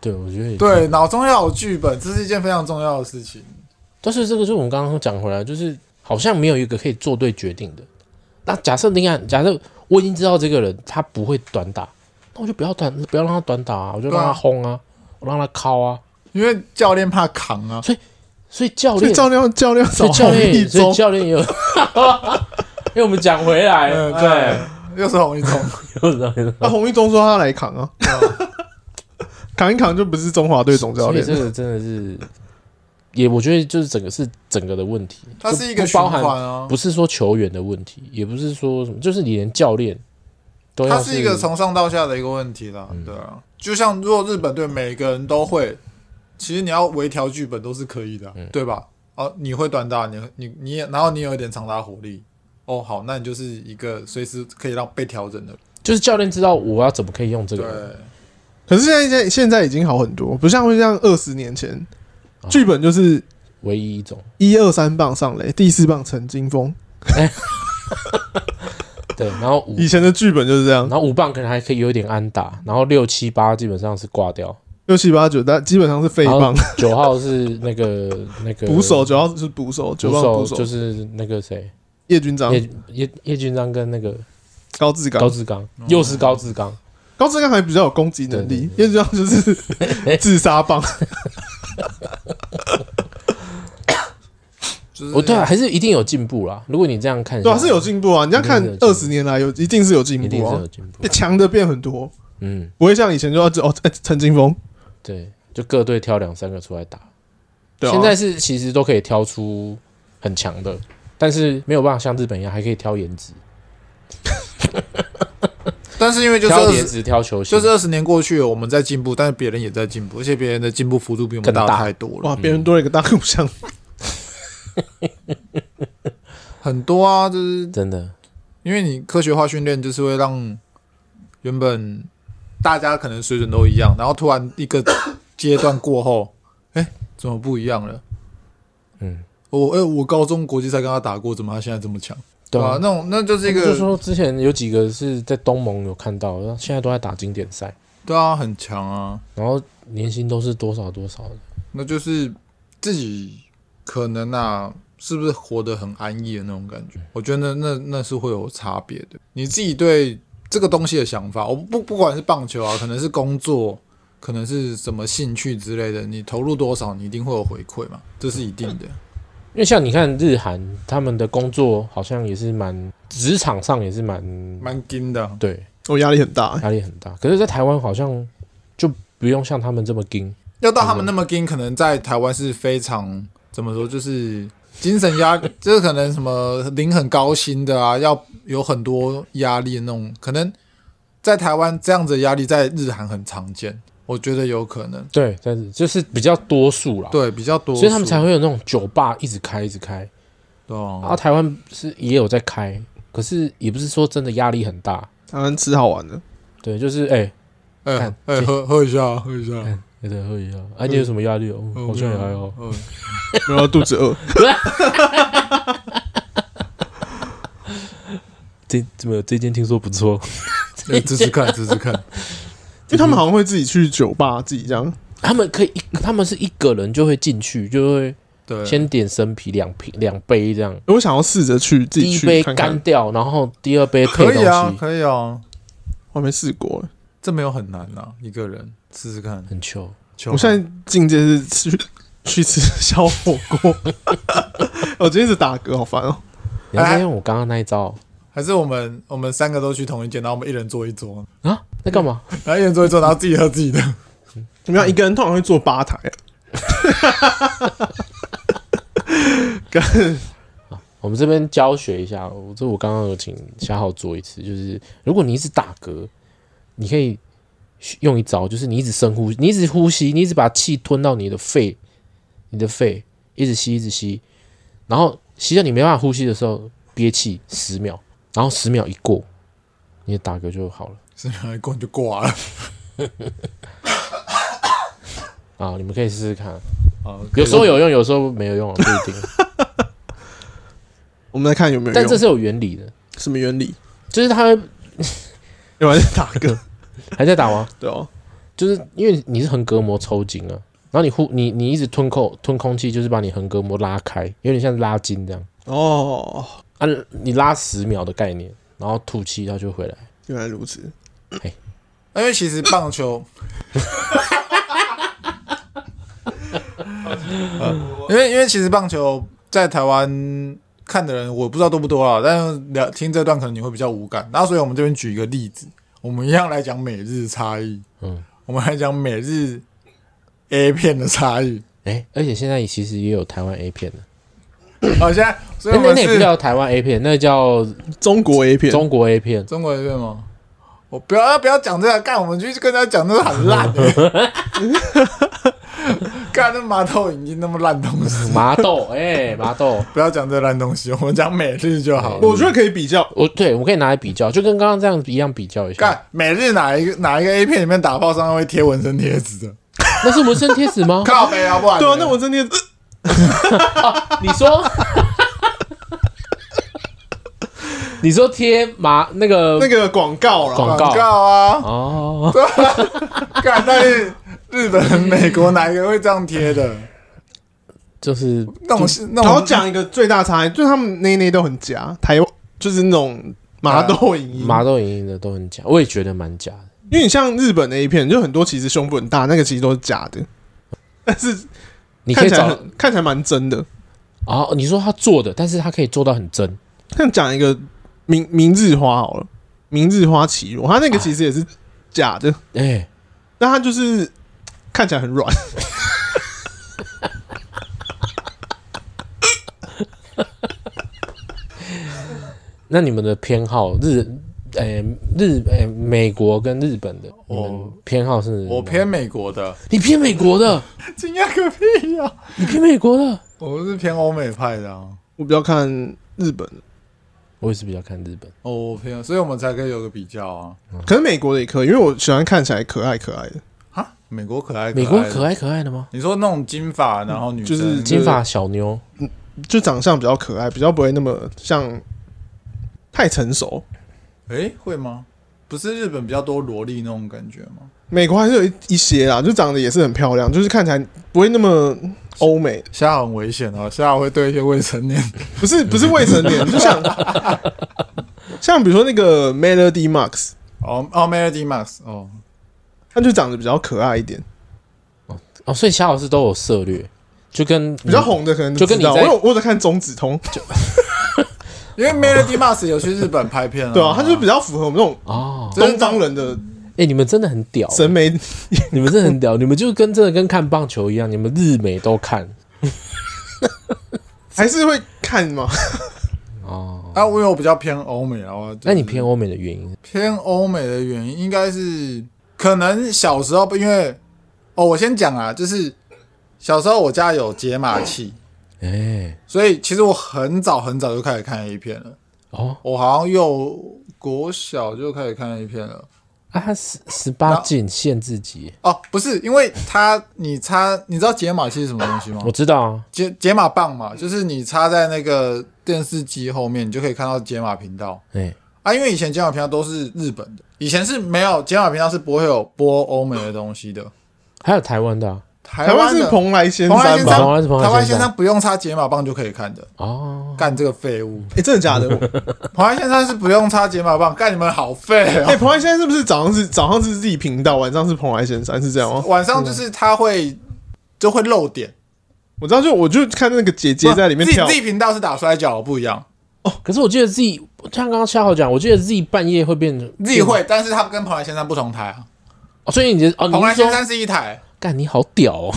S3: 对我觉得也是。
S2: 对，脑中要有剧本，这是一件非常重要的事情。
S3: 但是这个是我们刚刚讲回来，就是好像没有一个可以做对决定的。那假设林安，假设我已经知道这个人他不会短打，那我就不要短，不要让他短打、啊，我就让
S2: 对
S3: 他
S2: 啊
S3: 轰啊，我让他敲啊。
S2: 因为教练怕扛啊，
S3: 所以教
S1: 所以
S3: 练，
S1: 教练教练
S3: 所
S1: 找
S3: 以教
S1: 洪一
S3: 练，所以
S1: 中，
S3: 教练也有， 因为我们讲回来，哎
S2: 嗯
S3: 对，
S2: 又是洪一 中，
S3: 又是这样
S1: 那啊洪一中说他来扛啊，扛一扛就不是中华队总教
S3: 所以
S1: 练。
S3: 这个真的是，也我觉得就是整个是整个的问题，
S2: 它是一个
S3: 就
S2: 循
S3: 不包
S2: 环
S3: 含，
S2: 啊，
S3: 不是说球员的问题，也不是说什么，就是你连教练都要嗯
S2: 它是一个从上到下的一个问题啦，对啊。就像如果日本队每个人都会，其实你要微调剧本都是可以的啊，
S3: 嗯
S2: 对吧？哦，你会短打，你你你也，然后你有一点长打火力，哦，好，那你就是一个随时可以让被调整的人，
S3: 就是教练知道我要怎么可以用这个人，
S2: 对。
S1: 可是现在现在现在已经好很多，不像会像二十年前，
S3: 啊
S1: 剧本就是
S3: 唯一一种，
S1: 一二三棒上垒，第四棒陈金峰。
S3: 对，然后五，
S1: 以前的剧本就是这样
S3: 然，后五棒可能还可以有一点安打，然后六七八基本上是挂掉，
S1: 六七八九，但基本上是废
S3: 然后
S1: 棒。
S3: 九号是那个 那个
S1: 捕手主要是捕手，九
S3: 捕
S1: 棒
S3: 手
S1: 捕手
S3: 就是那个谁
S1: 叶军章、
S3: 叶叶叶军章跟那个
S1: 高志
S3: 高
S1: 刚，
S3: 志刚，又是高志刚，
S1: 高志刚还比较有攻击能力，叶军章就是自杀 棒。
S2: 就是
S3: 我对啊，还是一定有进步啦。如果你这样看下
S1: 对
S3: 来，
S1: 啊，是有进步啊！你要看
S3: 一定是有进步
S1: 二十年来有一定是有进
S3: 一定
S1: 步
S3: 是
S1: 啊
S3: 有，进步
S1: 变。强的变很多，
S3: 嗯，
S1: 不会像以前就要只哦，哎陈金峰，
S3: 对，就各队挑两三个出来打。
S1: 对啊，
S3: 现在是其实都可以挑出很强的，但是没有办法像日本一样还可以挑颜值，
S2: 但是因为就是
S3: 挑
S2: 二
S3: 颜
S2: 十，
S3: 值挑球星，
S2: 就是二十年过去了，我们在进步，但是别人也在进步，而且别人的进步幅度比我们
S3: 更大
S2: 大太多了。
S1: 哇，别人多了一个大故乡，
S2: 很多啊，就是
S3: 真的
S2: 因为你科学化训练就是会让原本大家可能水准都一样，然后突然一个 阶段过后，哎、怎么不一样了？
S3: 嗯，
S2: 我哎、我高中国际赛跟他打过，怎么他现在这么强？
S3: 对
S2: 吧、
S3: 啊，
S2: 那种那就是一
S3: 就
S2: 个
S3: 说之前有几个是在东盟有看到，然后现在都在打经典赛，
S2: 对啊，很强啊，
S3: 然后年薪都是多少多少的，
S2: 那就是自己可能啊，是不是活得很安逸的那种感觉？我觉得那那那是会有差别的。你自己对这个东西的想法，我不不管是棒球啊，可能是工作，可能是什么兴趣之类的，你投入多少，你一定会有回馈嘛，这是一定的。
S3: 因为像你看日韩，他们的工作好像也是蛮职场上也是蛮
S2: 蛮金的，
S3: 对
S1: 我压力很大、欸
S3: 压力很大，可是，在台湾好像就不用像他们这么盯，
S2: 要到他们那么金，可能在台湾是非常怎么说，就是精神压， 就是可能什么领很高薪的啊，要有很多压力的那种，可能在台湾这样子的压力在日韩很常见，我觉得有可能，
S3: 对，但是就是比较多数啦，，
S2: 对，比较多数，
S3: 所以他们才会有那种酒吧一直开一直开，
S2: 对
S3: 然后
S2: 啊，
S3: 台湾是也有在开，可是也不是说真的压力很大，
S1: 台湾吃好玩的，
S3: 对，就是哎，
S2: 哎
S3: 看
S2: 哎，
S3: 这
S2: 喝喝一下，喝一下，
S3: 有点喝一下，哎，你有什么压力哦？
S2: 嗯
S3: 好像也还好，，
S2: 嗯
S1: 然后肚子 饿，
S3: 这怎么这间听说不错，
S2: 哎试试 看，试试看，
S1: 因为他们好像会自己去酒吧，自己这样。
S3: 他们可以一，他们是一个人就会进去，就会
S2: 对，
S3: 先点生啤两瓶两杯这样，
S1: 我想要试着去自
S3: 第
S1: 己
S3: 一
S1: 去
S3: 杯
S1: 看
S3: 干
S1: 看，
S3: 掉，然后第二杯配
S2: 可
S3: 东
S2: 以啊，
S3: 西，
S2: 可以啊，
S1: 我还没试过、欸。
S2: 这没有很难啊，一个人试试看，
S3: 很糗。
S1: 我现在境界是去 去吃小火锅， 我今天一直打嗝，好烦哦、
S3: 你要不要用我刚刚那一招
S2: 还是我们我们三个都去同一间，然后我们一人坐一桌，
S3: 啊？在干嘛？
S2: 然后一人坐一桌，然后自己喝自己的。
S1: 怎么
S3: 嗯
S1: 样？一个人通常会坐吧台、啊
S3: 我们这边教学一下，我这我刚刚有请夏浩做一次，就是如果你一直打嗝，你可以用一招，就是你一直深呼吸，你一直呼吸，你一直把气吞到你的肺，你的肺一直吸一直吸，然后吸到你没办法呼吸的时候憋气十秒，然后十秒一过，你的打嗝就好了
S2: 是来过你就挂了。
S3: 啊！你们可以试试看，
S2: 好，
S3: 有时候有用，有时候没有用啊，不一定，
S1: 我们来看有没有用，
S3: 但这是有原理的，
S1: 什么原理？
S3: 就是它会
S1: 要不然就打嗝，
S3: 还在打吗？
S1: 对哦、
S3: 就是因为你是横膈膜抽筋啊，然后你呼你你一直吞口吞空气，就是把你横膈膜拉开，有点像拉筋这样
S1: 哦，
S3: 啊，你拉十秒的概念，然后吐气它就回来。
S1: 原来如此。
S2: 因为其实棒 球，因为因为其实棒球在台湾看的人我不知道多不多啊，但是聊听这段可能你会比较无感。那所以我们这边举一个例子，我们一样来讲美日差异。
S3: 嗯，
S2: 我们来讲美日 A 片的差异。
S3: 哎、而且现在其实也有台湾 A 片的，
S2: 好，现在所以
S3: 哎
S2: 啊
S3: 那
S2: 我
S3: 那
S2: 们
S3: 那也不
S2: 是
S3: 叫台湾 A 片，那叫
S1: 中国 A 片，
S3: 中国 A 片。
S2: 中国一遍吗？我不要不要讲这个，干我们去跟他讲，那是很烂的。干那麻豆影音那么烂东西，
S3: 麻豆， 哎、麻豆，
S2: 不要讲这烂东西，我们讲每日就好了。
S1: 我觉得可以比较。
S3: 我对我们可以拿来比较，就跟刚刚这样一样比较一下。
S2: 干每日哪一个哪一个 A 片里面打炮上面会贴纹身贴纸的？？
S3: 那是纹身贴纸吗
S2: 靠背啊，不然呢
S1: 对啊，那我真的呃
S3: 你说， 你说贴麻那个
S1: 那个广告啦，
S3: 广
S2: 广告啊，
S3: 哦，
S2: 干那日日本、美国哪一个会这样贴的？
S3: 就是
S2: 那种是那
S1: 然
S2: 种
S1: 后讲一个最大差异，就是他们内内都很夹，台湾就是那种麻豆影音，
S3: 麻豆莹莹的都很假，我也觉得蛮假的。
S1: 因为你像日本的 A 片，就很多其实胸部很大，那个其实都是假的，但是
S3: 你可
S1: 看
S3: 以
S1: 起来
S3: 找
S1: 很看起来蛮真的。
S3: 哦，你说他做的，但是他可以做到很真，
S1: 像讲一个明明日花好了，明日花绮罗，它那个其实也是假的，
S3: 哎、
S1: 但它就是看起来很软，
S3: 那你们的偏好日，哎、日哎、美国跟日本的，
S2: 我
S3: 我们偏好是？
S2: 我偏美国的，
S3: 你偏美国的，
S2: 惊讶个屁呀、
S3: 你偏美国的，
S2: 我是偏欧美派的啊。
S1: 我比较看日本的，
S3: 我也是比较看日本。
S2: 哦，我朋友，所以我们才可以有个比较啊。
S1: 可能美国的也可以，因为我喜欢看起来可爱可爱的。
S2: 哈，美国可爱，
S3: 美国可
S2: 爱。
S3: 爱可爱的吗？
S2: 你说那种金发，然后女生
S1: 就是
S3: 金发小妞，
S1: 就长相比较可爱，比较不会那么像太成熟。
S2: 诶，会吗？不是日本比较多萝莉那种感觉吗？
S1: 美国还是有一一些啦，就长得也是很漂亮，就是看起来不会那么欧美，
S2: 虾很危险哦，虾会对一些未成年。
S1: 不是不是未成年，就像 像比如说那个 Melody Max，
S2: 哦哦，Melody Max 哦，
S1: 她就长得比较可爱一点，
S3: 哦，所以夏老师都有涉略，就跟
S1: 比较，红的可能
S3: 就跟你
S1: 知道
S3: 在
S1: 我有我有在看中指通，
S2: 因为 Melody Max 有去日本拍片啊。
S1: 对啊，她就是比较符合我们这种
S3: 哦。
S2: 真的
S1: 东方人的
S3: 哎、你们真的很屌，
S1: 审美，
S3: 你们真的很屌，你们就跟真的跟看棒球一样，你们日美都看
S1: 还是会看嘛。
S3: 哦。
S2: 啊，我有比较偏欧美啊。我就是
S3: 那你偏欧美的原因？
S2: 偏欧美的原因，应该是可能小时候因为哦，我先讲啊，就是小时候我家有解码器，
S3: 哎、
S2: 所以其实我很早很早就开始看 A 片了。
S3: 哦
S2: 我好像又国小就开始看 A 片了。
S3: 啊，他十十八禁限制级，
S2: 哦，不是，因为它你插，你知道解码器是什么东西吗
S3: 我？知道啊。
S2: 解解码棒嘛，就是你插在那个电视机后面，你就可以看到解码频道
S3: 哎、
S2: 啊。因为以前解码频道都是日本的，以前是没有解码频道是不会有播欧美的东西的。
S3: 还有台湾的、啊、
S2: 台
S1: 台湾是
S2: 的
S1: 蓬莱仙
S2: 蓬莱
S1: 山
S2: 仙
S1: 吧？
S3: 台湾
S2: 山
S3: 是蓬，莱
S2: 台湾
S3: 仙
S2: 仙
S3: 山
S2: 山不用插解码棒就可以看的，
S3: 哦，
S2: 干这个废物。
S1: 哎、真的假的？
S2: 蓬莱仙山是不用插解码棒，干你们好废
S1: 哎、
S2: 哦。
S1: 蓬莱仙山是不是早上是早上是自己频道，晚上是蓬莱仙山是这样吗？
S2: 晚上就是它会就会漏点，
S1: 我知道就，我就看那个姐姐在里面
S2: 自己
S1: 跳
S2: 自，己频道是打摔跤不一样，
S3: 可是我记得 Z，像刚刚夏豪讲，我记得 Z 半夜会变成
S2: 自己会，但是它跟蓬莱仙山不同台啊。
S3: 哦，所以你的哦，
S2: 蓬
S3: 你
S2: 莱
S3: 是
S2: 仙
S3: 说
S2: 山是一台，
S3: 干你好屌哦，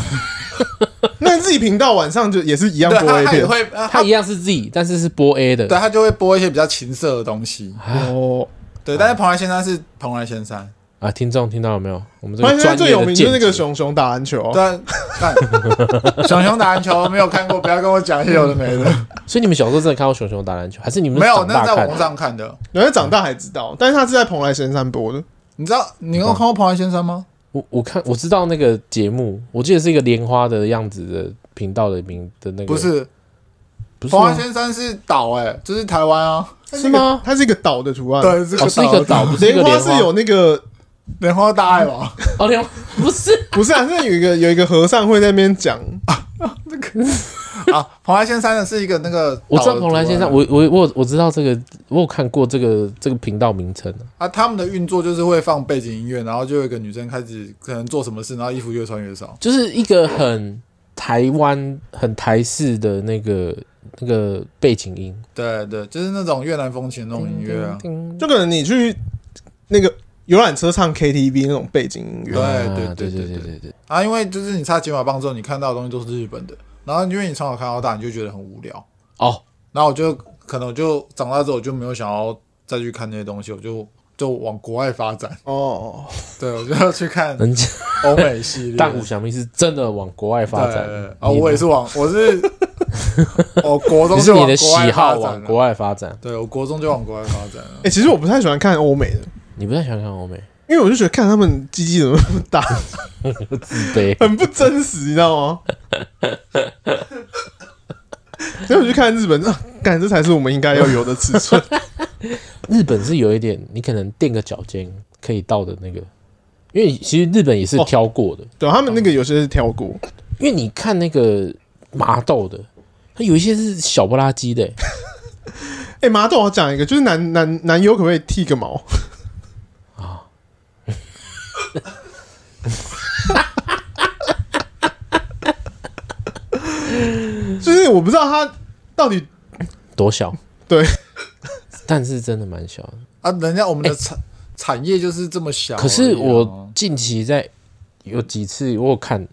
S1: 那自己频道晚上就也是一 样
S2: 对，
S1: 播
S2: 它
S1: A
S2: 它也
S1: 片
S2: 会，呃
S3: 他
S2: 它
S3: 一样是 Z，但是是播 A 的
S2: 对，它就会播一些比较情色的东西。
S1: 哦。
S2: 对，但是蓬莱仙山是蓬莱仙山，
S3: 啊。听众听到了没有？我们这
S1: 蓬莱
S3: 个
S1: 仙
S3: 专
S1: 山
S3: 业的
S1: 最有名就是那
S3: 见
S1: 个
S3: 解
S1: 熊熊打篮
S3: 哦
S1: 球、啊，
S2: 对，干 熊熊打篮球没有看过，不要跟我讲一些有的没的。
S3: 所以你们小时候真的看过熊熊打篮球，还是 你们
S2: 没有，
S3: 长
S2: 那
S3: 大
S2: 是在
S3: 看
S2: 网络上看的。
S1: 然后长大还知道，但是他是在蓬莱仙山播的。
S2: 你知道你有看
S3: 嗯
S2: 过《蓬莱仙山》吗？
S3: 我我看我知道那个节目，我记得是一个莲花的样子的频道的名的那个，
S2: 不是，
S3: 不
S2: 《
S3: 是
S2: 蓬
S3: 吗
S2: 莱仙山》是岛，哎，就是台湾啊。
S3: 是吗？
S1: 它是一个岛的图案，
S2: 对，是
S3: 哦，是一个岛，不是一
S1: 莲
S3: 个
S1: 花
S3: 莲
S1: 是有那个
S2: 莲花大爱 网。
S3: 哦莲花不是
S1: 不是啊？那有一个有一个和尚会在那边讲，
S2: 啊，蓬莱仙山的是一个那个岛的图啊
S3: 我
S2: 案，
S3: 知道蓬莱先生，我我我我知道这个，我有看过这个这个频道名称啊
S2: 啊，他们的运作就是会放背景音乐，然后就有一个女生开始可能做什么事，然后衣服越穿越少。
S3: 就是一个很台湾很台式的那个那个背景音，
S2: 对对，就是那种越南风情那种音乐啊。
S3: 叮
S1: 就可能你去那个游览车唱 KTV 那种背景音乐
S2: 对。
S3: 啊
S2: 哎对
S3: 对
S2: 对
S3: 对
S2: 对
S3: 对对，
S2: 啊，因为就是你插解码棒之后，你看到的东西都是日本的，然后因为你从小看到大，你就觉得很无聊。
S3: 哦，
S2: 然后我就可能我就长大之后，我就没有想要再去看那些东西，我就 就往国外发展。
S1: 哦，
S2: 对，我就要去 看
S3: 人家
S2: 欧美系列。
S3: 大谷翔平是真的往国外发展
S2: 对对对
S3: 的
S2: 啊，我也是往我是，我国中
S3: 你
S2: 就是往
S3: 你的
S2: 国外
S3: 喜
S2: 发
S3: 好
S2: 展啊
S3: 往
S2: 了
S3: 国外发展，
S2: 对我国中就往国外发展了
S1: 哎、。其实我不太喜欢看欧美的，
S3: 你不太喜欢看欧美，
S1: 因为我就觉得看他们鸡鸡怎么那 么大，
S3: 对，
S1: 很不真实，你知道吗？所以我去看日本，啊干、这才是我们应该要有的尺寸。
S3: 日本是有一点，你可能垫个脚尖可以到的那个，因为其实日
S2: 哦
S3: 本也是挑过的，
S1: 对他们那个有些是挑过，
S3: 因为你看那个麻豆的，它有一些是小不拉几的、欸
S1: 哎、麻豆，我讲一个，就是男男男优可不可以剃个毛？ 啊，就是我不知道他到底
S3: 多小，
S1: 对，
S3: 但是真的蛮小的。
S2: 啊，人家我们的产产业就是这么小而已啊。
S3: 哎可是我近期在有几次我有看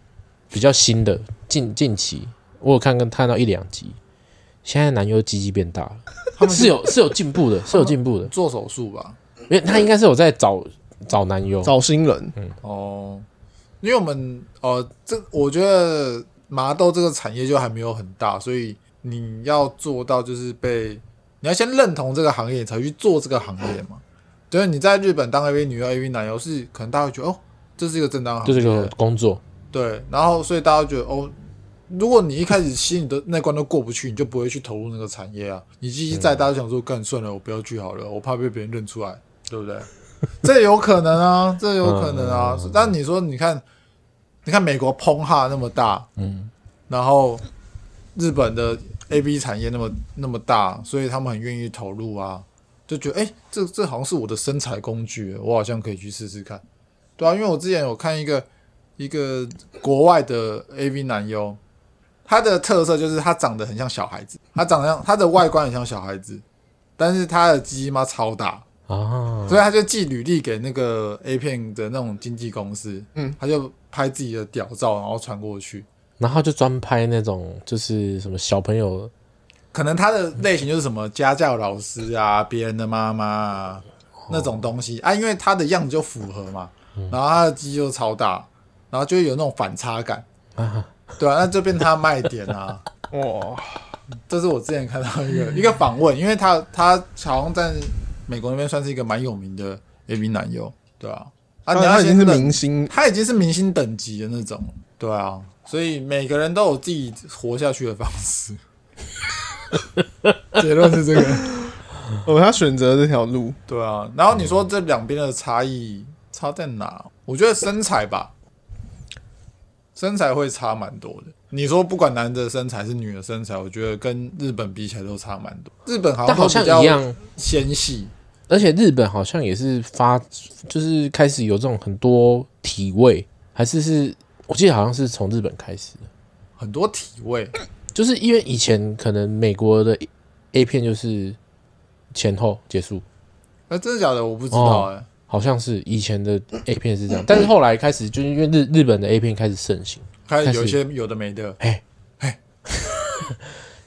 S3: 比较新的近近期，我有看跟看到一两集，现在男优鸡鸡变大了，
S2: 他们
S3: 是有是有进步的，是有进步的，
S2: 做手术吧？
S3: 因为他应该是有在找找男优，
S1: 找新人，
S2: 哦，因为我们哦，这我觉得麻豆这个产业就还没有很大，所以你要做到就是被你要先认同这个行业，你才去做这个行业嘛。就是你在日本当 AV 女优、AV 男优是，可能大家会觉得哦，这是一个正当行
S3: 就
S2: 业，啊
S3: 是个工作，
S2: 对，然后所以大家觉得哦，如果你一开始心里的那关都过不去，你就不会去投入那个产业啊。你积极在，大家想说干算了，我不要去好了，我怕被别人认出来，对不对？这有可能啊，这有可能啊。但你说，你看，你看美国碰哈那么大，
S3: 嗯，
S2: 然后日本的 A B 产业那么那么大，所以他们很愿意投入啊，就觉得哎、诶这这好像是我的生财工具，我好像可以去试试看。对啊，因为我之前有看一个一个国外的 A V 男优，他的特色就是他长得很像小孩子，他长得像他的外观很像小孩子，但是他的鸡妈超大，
S3: 啊，
S2: 所以他就寄履历给那个 A 片的那种经纪公司，
S1: 嗯，
S2: 他就拍自己的屌照，然后传过去。
S3: 然后就专拍那种就是什么小朋友
S2: 可能他的类型就是什么家教老师啊、别人的妈妈啊那种东西啊，因为他的样子就符合嘛，然后他的肌肉超大，然后就会有那种反差感，
S3: 啊，
S2: 对啊，那就变他卖点啊。
S1: 哇，
S2: 这是我之前看到一个 一个访问，因为他他好像在美国那边算是一个蛮有名的 A B 男优，对啊，啊，
S1: 他
S2: 你要
S1: 他已经是
S2: 先认
S1: 明星，
S2: 他已经是明星等级的那种，对啊，所以每个人都有自己活下去的方 式。结论是这个，
S1: 哦，他选择这条路，
S2: 对啊。然后你说这两边的差异差在哪？我觉得身材吧，身材会差蛮多的。你说不管男的身材是女的身材，我觉得跟日本比起来都差蛮多。日本好像
S3: 但好
S2: 都
S3: 像
S2: 比较
S3: 一样，
S2: 纤细，
S3: 而且日本好像也是发，就是开始有这种很多体位，还是是我记得好像是从日本开始的，
S2: 很多体味。
S3: 就是因为以前可能美国的 A 片就是前后结束，
S2: 哎、真的假的？我不知
S3: 哦
S2: 道哎、
S3: 好像是以前的 A 片是这样，但是后来开始就是因为日日本的 A 片开始盛行，
S2: 开
S3: 开
S2: 始
S3: 始
S2: 有一些有的没的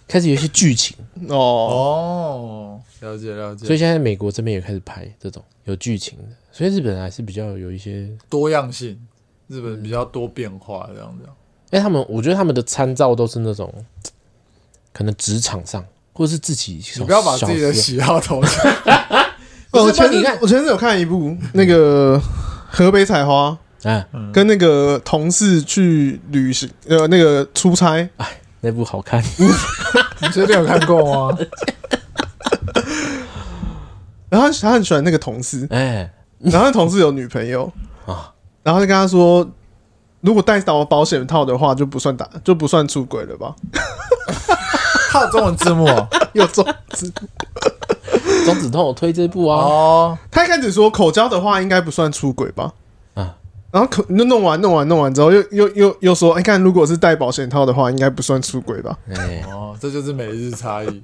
S3: 开始有一些剧情，
S1: 哦，
S2: 哦，了解了解，
S3: 所以现在美国这边也开始拍这种有剧情的，所以日本还是比较有一些，
S2: 多样性，日本比较多变化这样子。
S3: 哎、他们我觉得他们的参照都是那种，可能职场上或者是自己小，
S2: 你不要把自己的
S3: 小时
S2: 喜
S3: 候
S2: 好投进，
S3: 不
S1: 哦
S3: 是
S1: 我前
S3: 不然你看
S1: 我前阵有看一部那个河北采花，
S3: 啊
S1: 跟那个同事去旅行，呃，那个出差，
S3: 那部好看，
S2: 你确定有看过吗？
S1: 然后他他很喜欢那个同事，
S3: 哎、
S1: 然后那同事有女朋友
S3: 啊
S1: 啊，然后就跟他说，如果带到保险套的话，就不算打，就不算出轨了吧？
S2: 它有中文字幕哦。
S1: 有种，
S3: 中指痛，我推这部啊，
S2: 哦，
S1: 他一开始说口交的话应该不算出轨吧？
S3: 啊
S1: 啊。然后可就弄完弄完弄完之后，又又又又说，哎、看如果是戴保险套的话，应该不算出轨吧？
S3: 哎、
S2: 哦，这就是美日差异。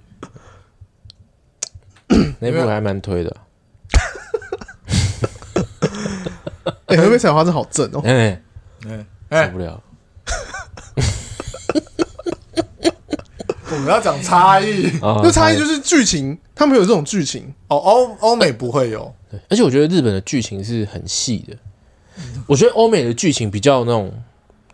S2: 没
S3: 那部
S2: 有
S3: 还蛮推的，
S1: 哎、河北采花真好正哦！
S3: 哎、
S2: 哎
S3: 受
S2: 哎
S3: 不，了，
S2: 我们要讲差异。
S3: 啊
S1: 那差异就是剧情，他们有这种剧情，
S2: 哦，欧欧美不会有，
S3: 对，而且我觉得日本的剧情是很细的，我觉得欧美的剧情比较那种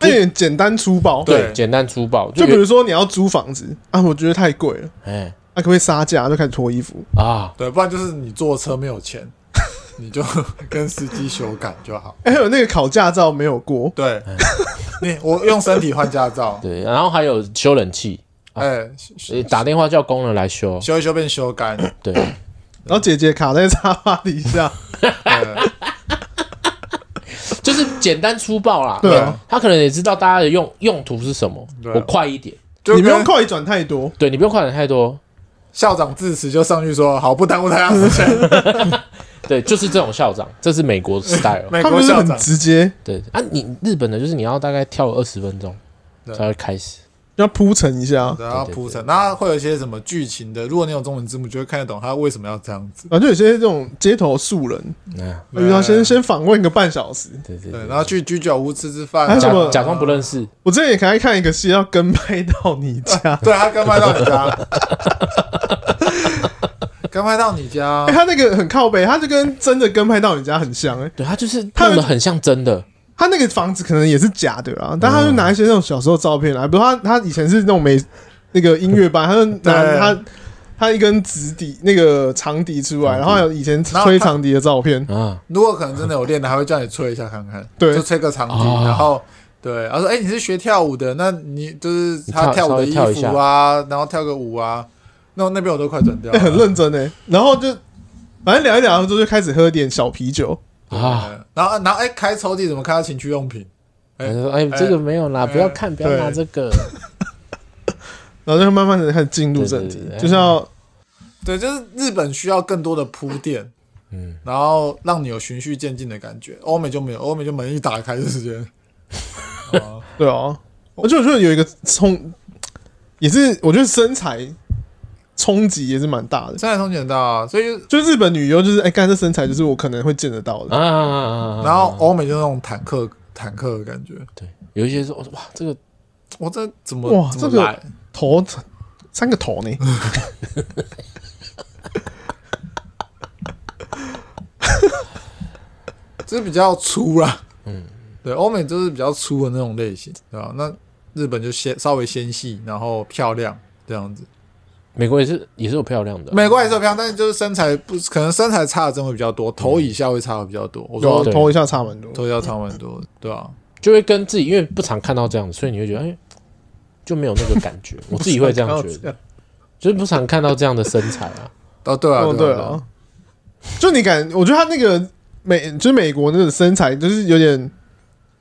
S1: 有点简单粗暴。
S2: 对
S3: 简单粗暴，
S1: 就比
S3: 有
S1: 如说你要租房子啊，我觉得太贵了，啊
S3: 哎
S1: 那、可不可以杀价？就开始脱衣服，
S3: 啊，
S2: 对，不然就是你坐车没有钱，你就跟司机修改就好。
S1: 哎、还有那个考驾照没有过，
S2: 对，你我用身体换驾照，
S3: 对，然后还有修冷气，
S2: 哎，
S3: 呃打电话叫工人来修，
S2: 修一修变修改。
S3: 对，
S1: 然后姐姐卡在沙发底下，
S2: 对
S3: 就是简单粗暴啦。
S1: 对啊，
S3: 他可能也知道大家的用用途是什么，
S2: 对啊
S3: 我快一点，
S2: 就
S1: 你不用
S2: 跟
S1: 快转太多，
S3: 对你不用快点太多，
S2: 校长致辞就上去说：“好，不耽误大家时间。
S3: 对，就是这种校长，这是美国 style ” 。
S2: 美
S1: 他
S2: 国
S1: 们就是
S2: 校
S1: 很
S2: 长
S1: 直接，
S3: 对啊，你日本的就是你要大概跳二十分钟
S2: 对
S3: 才会开始，
S1: 要铺陈一下，
S2: 然后铺陈，然后会有一些什么剧情的，如果你有中文字幕，就会看得懂他为什么要这样子。
S1: 反正有些这种街头素人，
S2: 啊
S3: 嗯，
S1: 遇到先先访问个半小时。
S3: 对对
S2: 对，
S3: 对，
S2: 然后去居酒屋吃吃饭，，
S1: 还有什么
S3: 假假装不认识，
S1: 我之前也刚看一个戏，要跟拍到你家
S2: 对他跟拍到你 家，跟拍到你家
S1: 哎，，他那个很靠背，他就跟真的跟拍到你家很像，哎，
S3: 对他就是
S1: 他
S3: 弄得很像真的，
S1: 他那个房子可能也是假的啦，但他就拿一些那种小时候照片来，比如他他以前是那种美那个音乐班，他就拿
S2: 对
S1: 他他一根直笛，那个长笛之外，然后还有以前
S2: 然后
S1: 吹
S2: 他
S1: 长笛的照片，
S3: 啊，
S2: 如果可能真的有练的，还会叫你吹一下看看，
S1: 对
S2: 就吹个长笛，
S3: 哦
S2: 然后对，他说：“哎、你是学跳舞的，那你就是他
S3: 你
S2: 跳
S3: 跳
S2: 舞的衣
S3: 稍微跳一
S2: 服啊，然后跳个舞啊。”那我那边我都快转掉
S1: 哎、
S2: 了，
S1: 很认真哎、然后就反正聊一聊之后就开始喝点小啤酒，
S3: 啊！
S2: 对然后然后哎、开抽屉怎么看到情趣用品？哎
S3: 他就说：“哎，
S2: 哎
S3: 这个没有啦，
S2: 哎
S3: 不要看，不要拿这 个。
S1: 然后就慢慢的开始进入正题
S3: 对对，对
S1: 就是要
S2: 对，就是日本需要更多的铺垫，嗯，然后让你有循序渐进的感觉。欧美就没有，欧美就门一打开就直接。哦
S1: 对哦、而且我觉得有一个冲，也是我觉得身材冲击也是蛮大的。
S2: 身材通简单啊，所以就
S1: 就日本女优就是哎，干、这身材就是我可能会见得到”的，
S3: 啊啊啊啊！啊
S2: 然后欧美就那种坦克坦克的感觉，
S3: 对，有一些说：“哇，这个
S2: 我这怎么
S1: 哇
S2: 怎么
S1: 这个
S2: 来
S1: 头三个头呢。
S3: 嗯
S2: 就是比较粗啦。嗯，对，欧美就是比较粗的那种类型，对吧？那日本就纤稍微纤细，然后漂亮这样子。
S3: 美国也是也是有漂亮的，
S2: 美国也是有漂亮，但是就是身材不可能身材差的真的会比较多，头以下会差的比较多。我
S1: 有
S2: 说
S1: 啊，
S3: 对
S1: 头一下差蛮多。
S2: 头要差蛮多的，对吧？
S3: 就会跟自己因为不常看到这样，所以你会觉得哎、就没有那个感觉。 我自己会这样觉得，就是不常看到这样的身材啊。
S2: 哦，对啊，
S1: 哦， 对
S2: 啊啊
S1: 啊，就你感，我觉得他那个美，就是美国那种身材，就是有点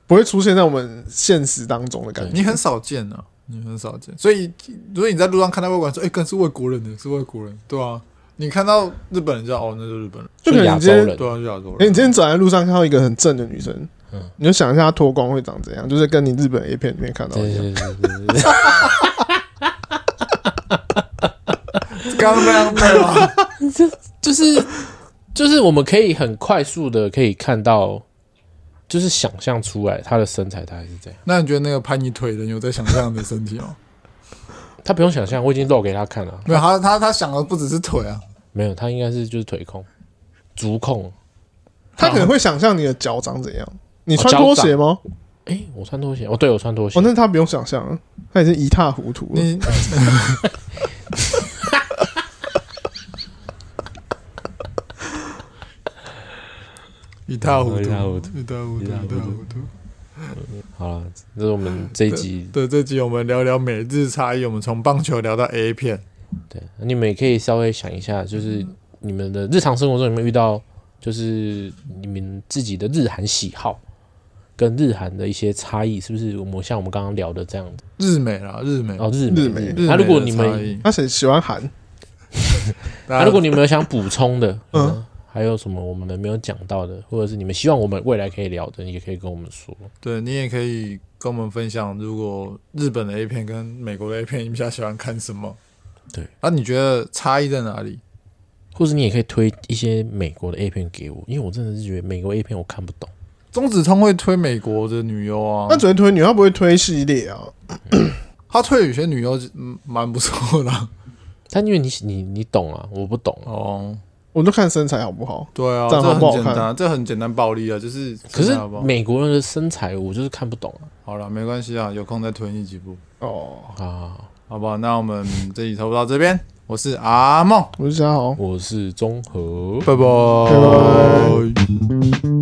S1: 不会出现在我们现实当中的感觉。
S2: 你很少见啊，你很少见。所以，如果你在路上看到外国人说：“哎、更是外国人的，是外国人。”对啊，你看到日本人就哦，那就是日本人，
S1: 就可能你今
S3: 亚洲
S1: 天
S3: 人，
S2: 对啊，就亚洲
S1: 哎、
S2: 人。
S1: 你今天走在路上看到一个很正的女生，
S3: 嗯
S1: 你就想一下她脱光会长怎样，就是跟你日本 A 片里面看到
S3: 对
S1: 一样。
S3: 对对对对对，
S2: 刚刚那样对啊，
S3: 就是就是我们可以很快速的可以看到，就是想象出来他的身材大概是这样。
S2: 那你觉得那个拍你腿的人有在想象你的身体吗？
S3: 他不用想象，我已经露给他看了。
S2: 没有，他他他想的不只是腿啊，
S3: 没有，他应该是就是腿控、足控。
S1: 她可能会想象你的脚长怎样。你穿
S3: 哦
S1: 拖鞋吗？
S3: 哎、我穿拖鞋，哦，对我穿拖鞋
S1: 哦，，那她不用想象啊，她已经一塌糊涂
S3: 嗯
S1: 了。
S2: 你 一塌糊涂，
S3: 一塌糊涂
S2: 一塌糊涂，一
S3: 一塌
S2: 塌
S3: 糊涂
S2: 糊涂。
S3: 好了，这是我们这一集。
S2: 对，这集我们聊聊美日差异，我们从棒球聊到 A 片，
S3: 对，你们也可以稍微想一下，就是你们的日常生活中有没有遇到，就是你们自己的日韩喜好跟日韩的一些差异，是不是我们像我们刚刚聊的这样子？
S2: 日美啦，日美。
S3: 哦，日美，
S1: 日美
S2: 日美
S3: 那、
S2: 的
S3: 如果你
S2: 差
S3: 们，
S2: 异，
S1: 她喜喜欢韩，
S2: 那
S3: 啊，如果你们有想补充的，
S1: 嗯
S3: 嗯，还有什么我们没有讲到的，或者是你们希望我们未来可以聊的，你也可以跟我们说。
S2: 对你也可以跟我们分享，如果日本的 A 片跟美国的 A 片，你比较喜欢看什么？
S3: 对，
S2: 啊，你觉得差异在哪里？
S3: 或者你也可以推一些美国的 A 片给我，因为我真的是觉得美国 A 片我看不懂。
S2: 中子通会推美国的女优
S3: 哦
S2: 啊，
S1: 她只会推女，她不会推系列啊。
S2: 他推有些女优嗯蛮不错的 啊
S3: 但因为你你你懂啊，我不懂啊。
S2: 哦，
S1: 我就看身材好不好。
S2: 对啊，
S1: 这样
S2: 这
S1: 好不
S2: 很
S1: 好
S2: 简
S1: 看
S2: 单，这很简单暴力啊，就是
S3: 可
S2: 真
S3: 是
S2: 的好不好
S3: 美国人的身材我就是看不懂啊。
S2: 好了，没关系啊，有空再推你几部，
S1: 哦，
S3: 啊，不
S2: 好不好？那我们这集差不多到这边，我是阿梦，
S1: 我是嘉豪。
S3: 我是综合。
S2: 拜
S1: 拜
S2: 拜。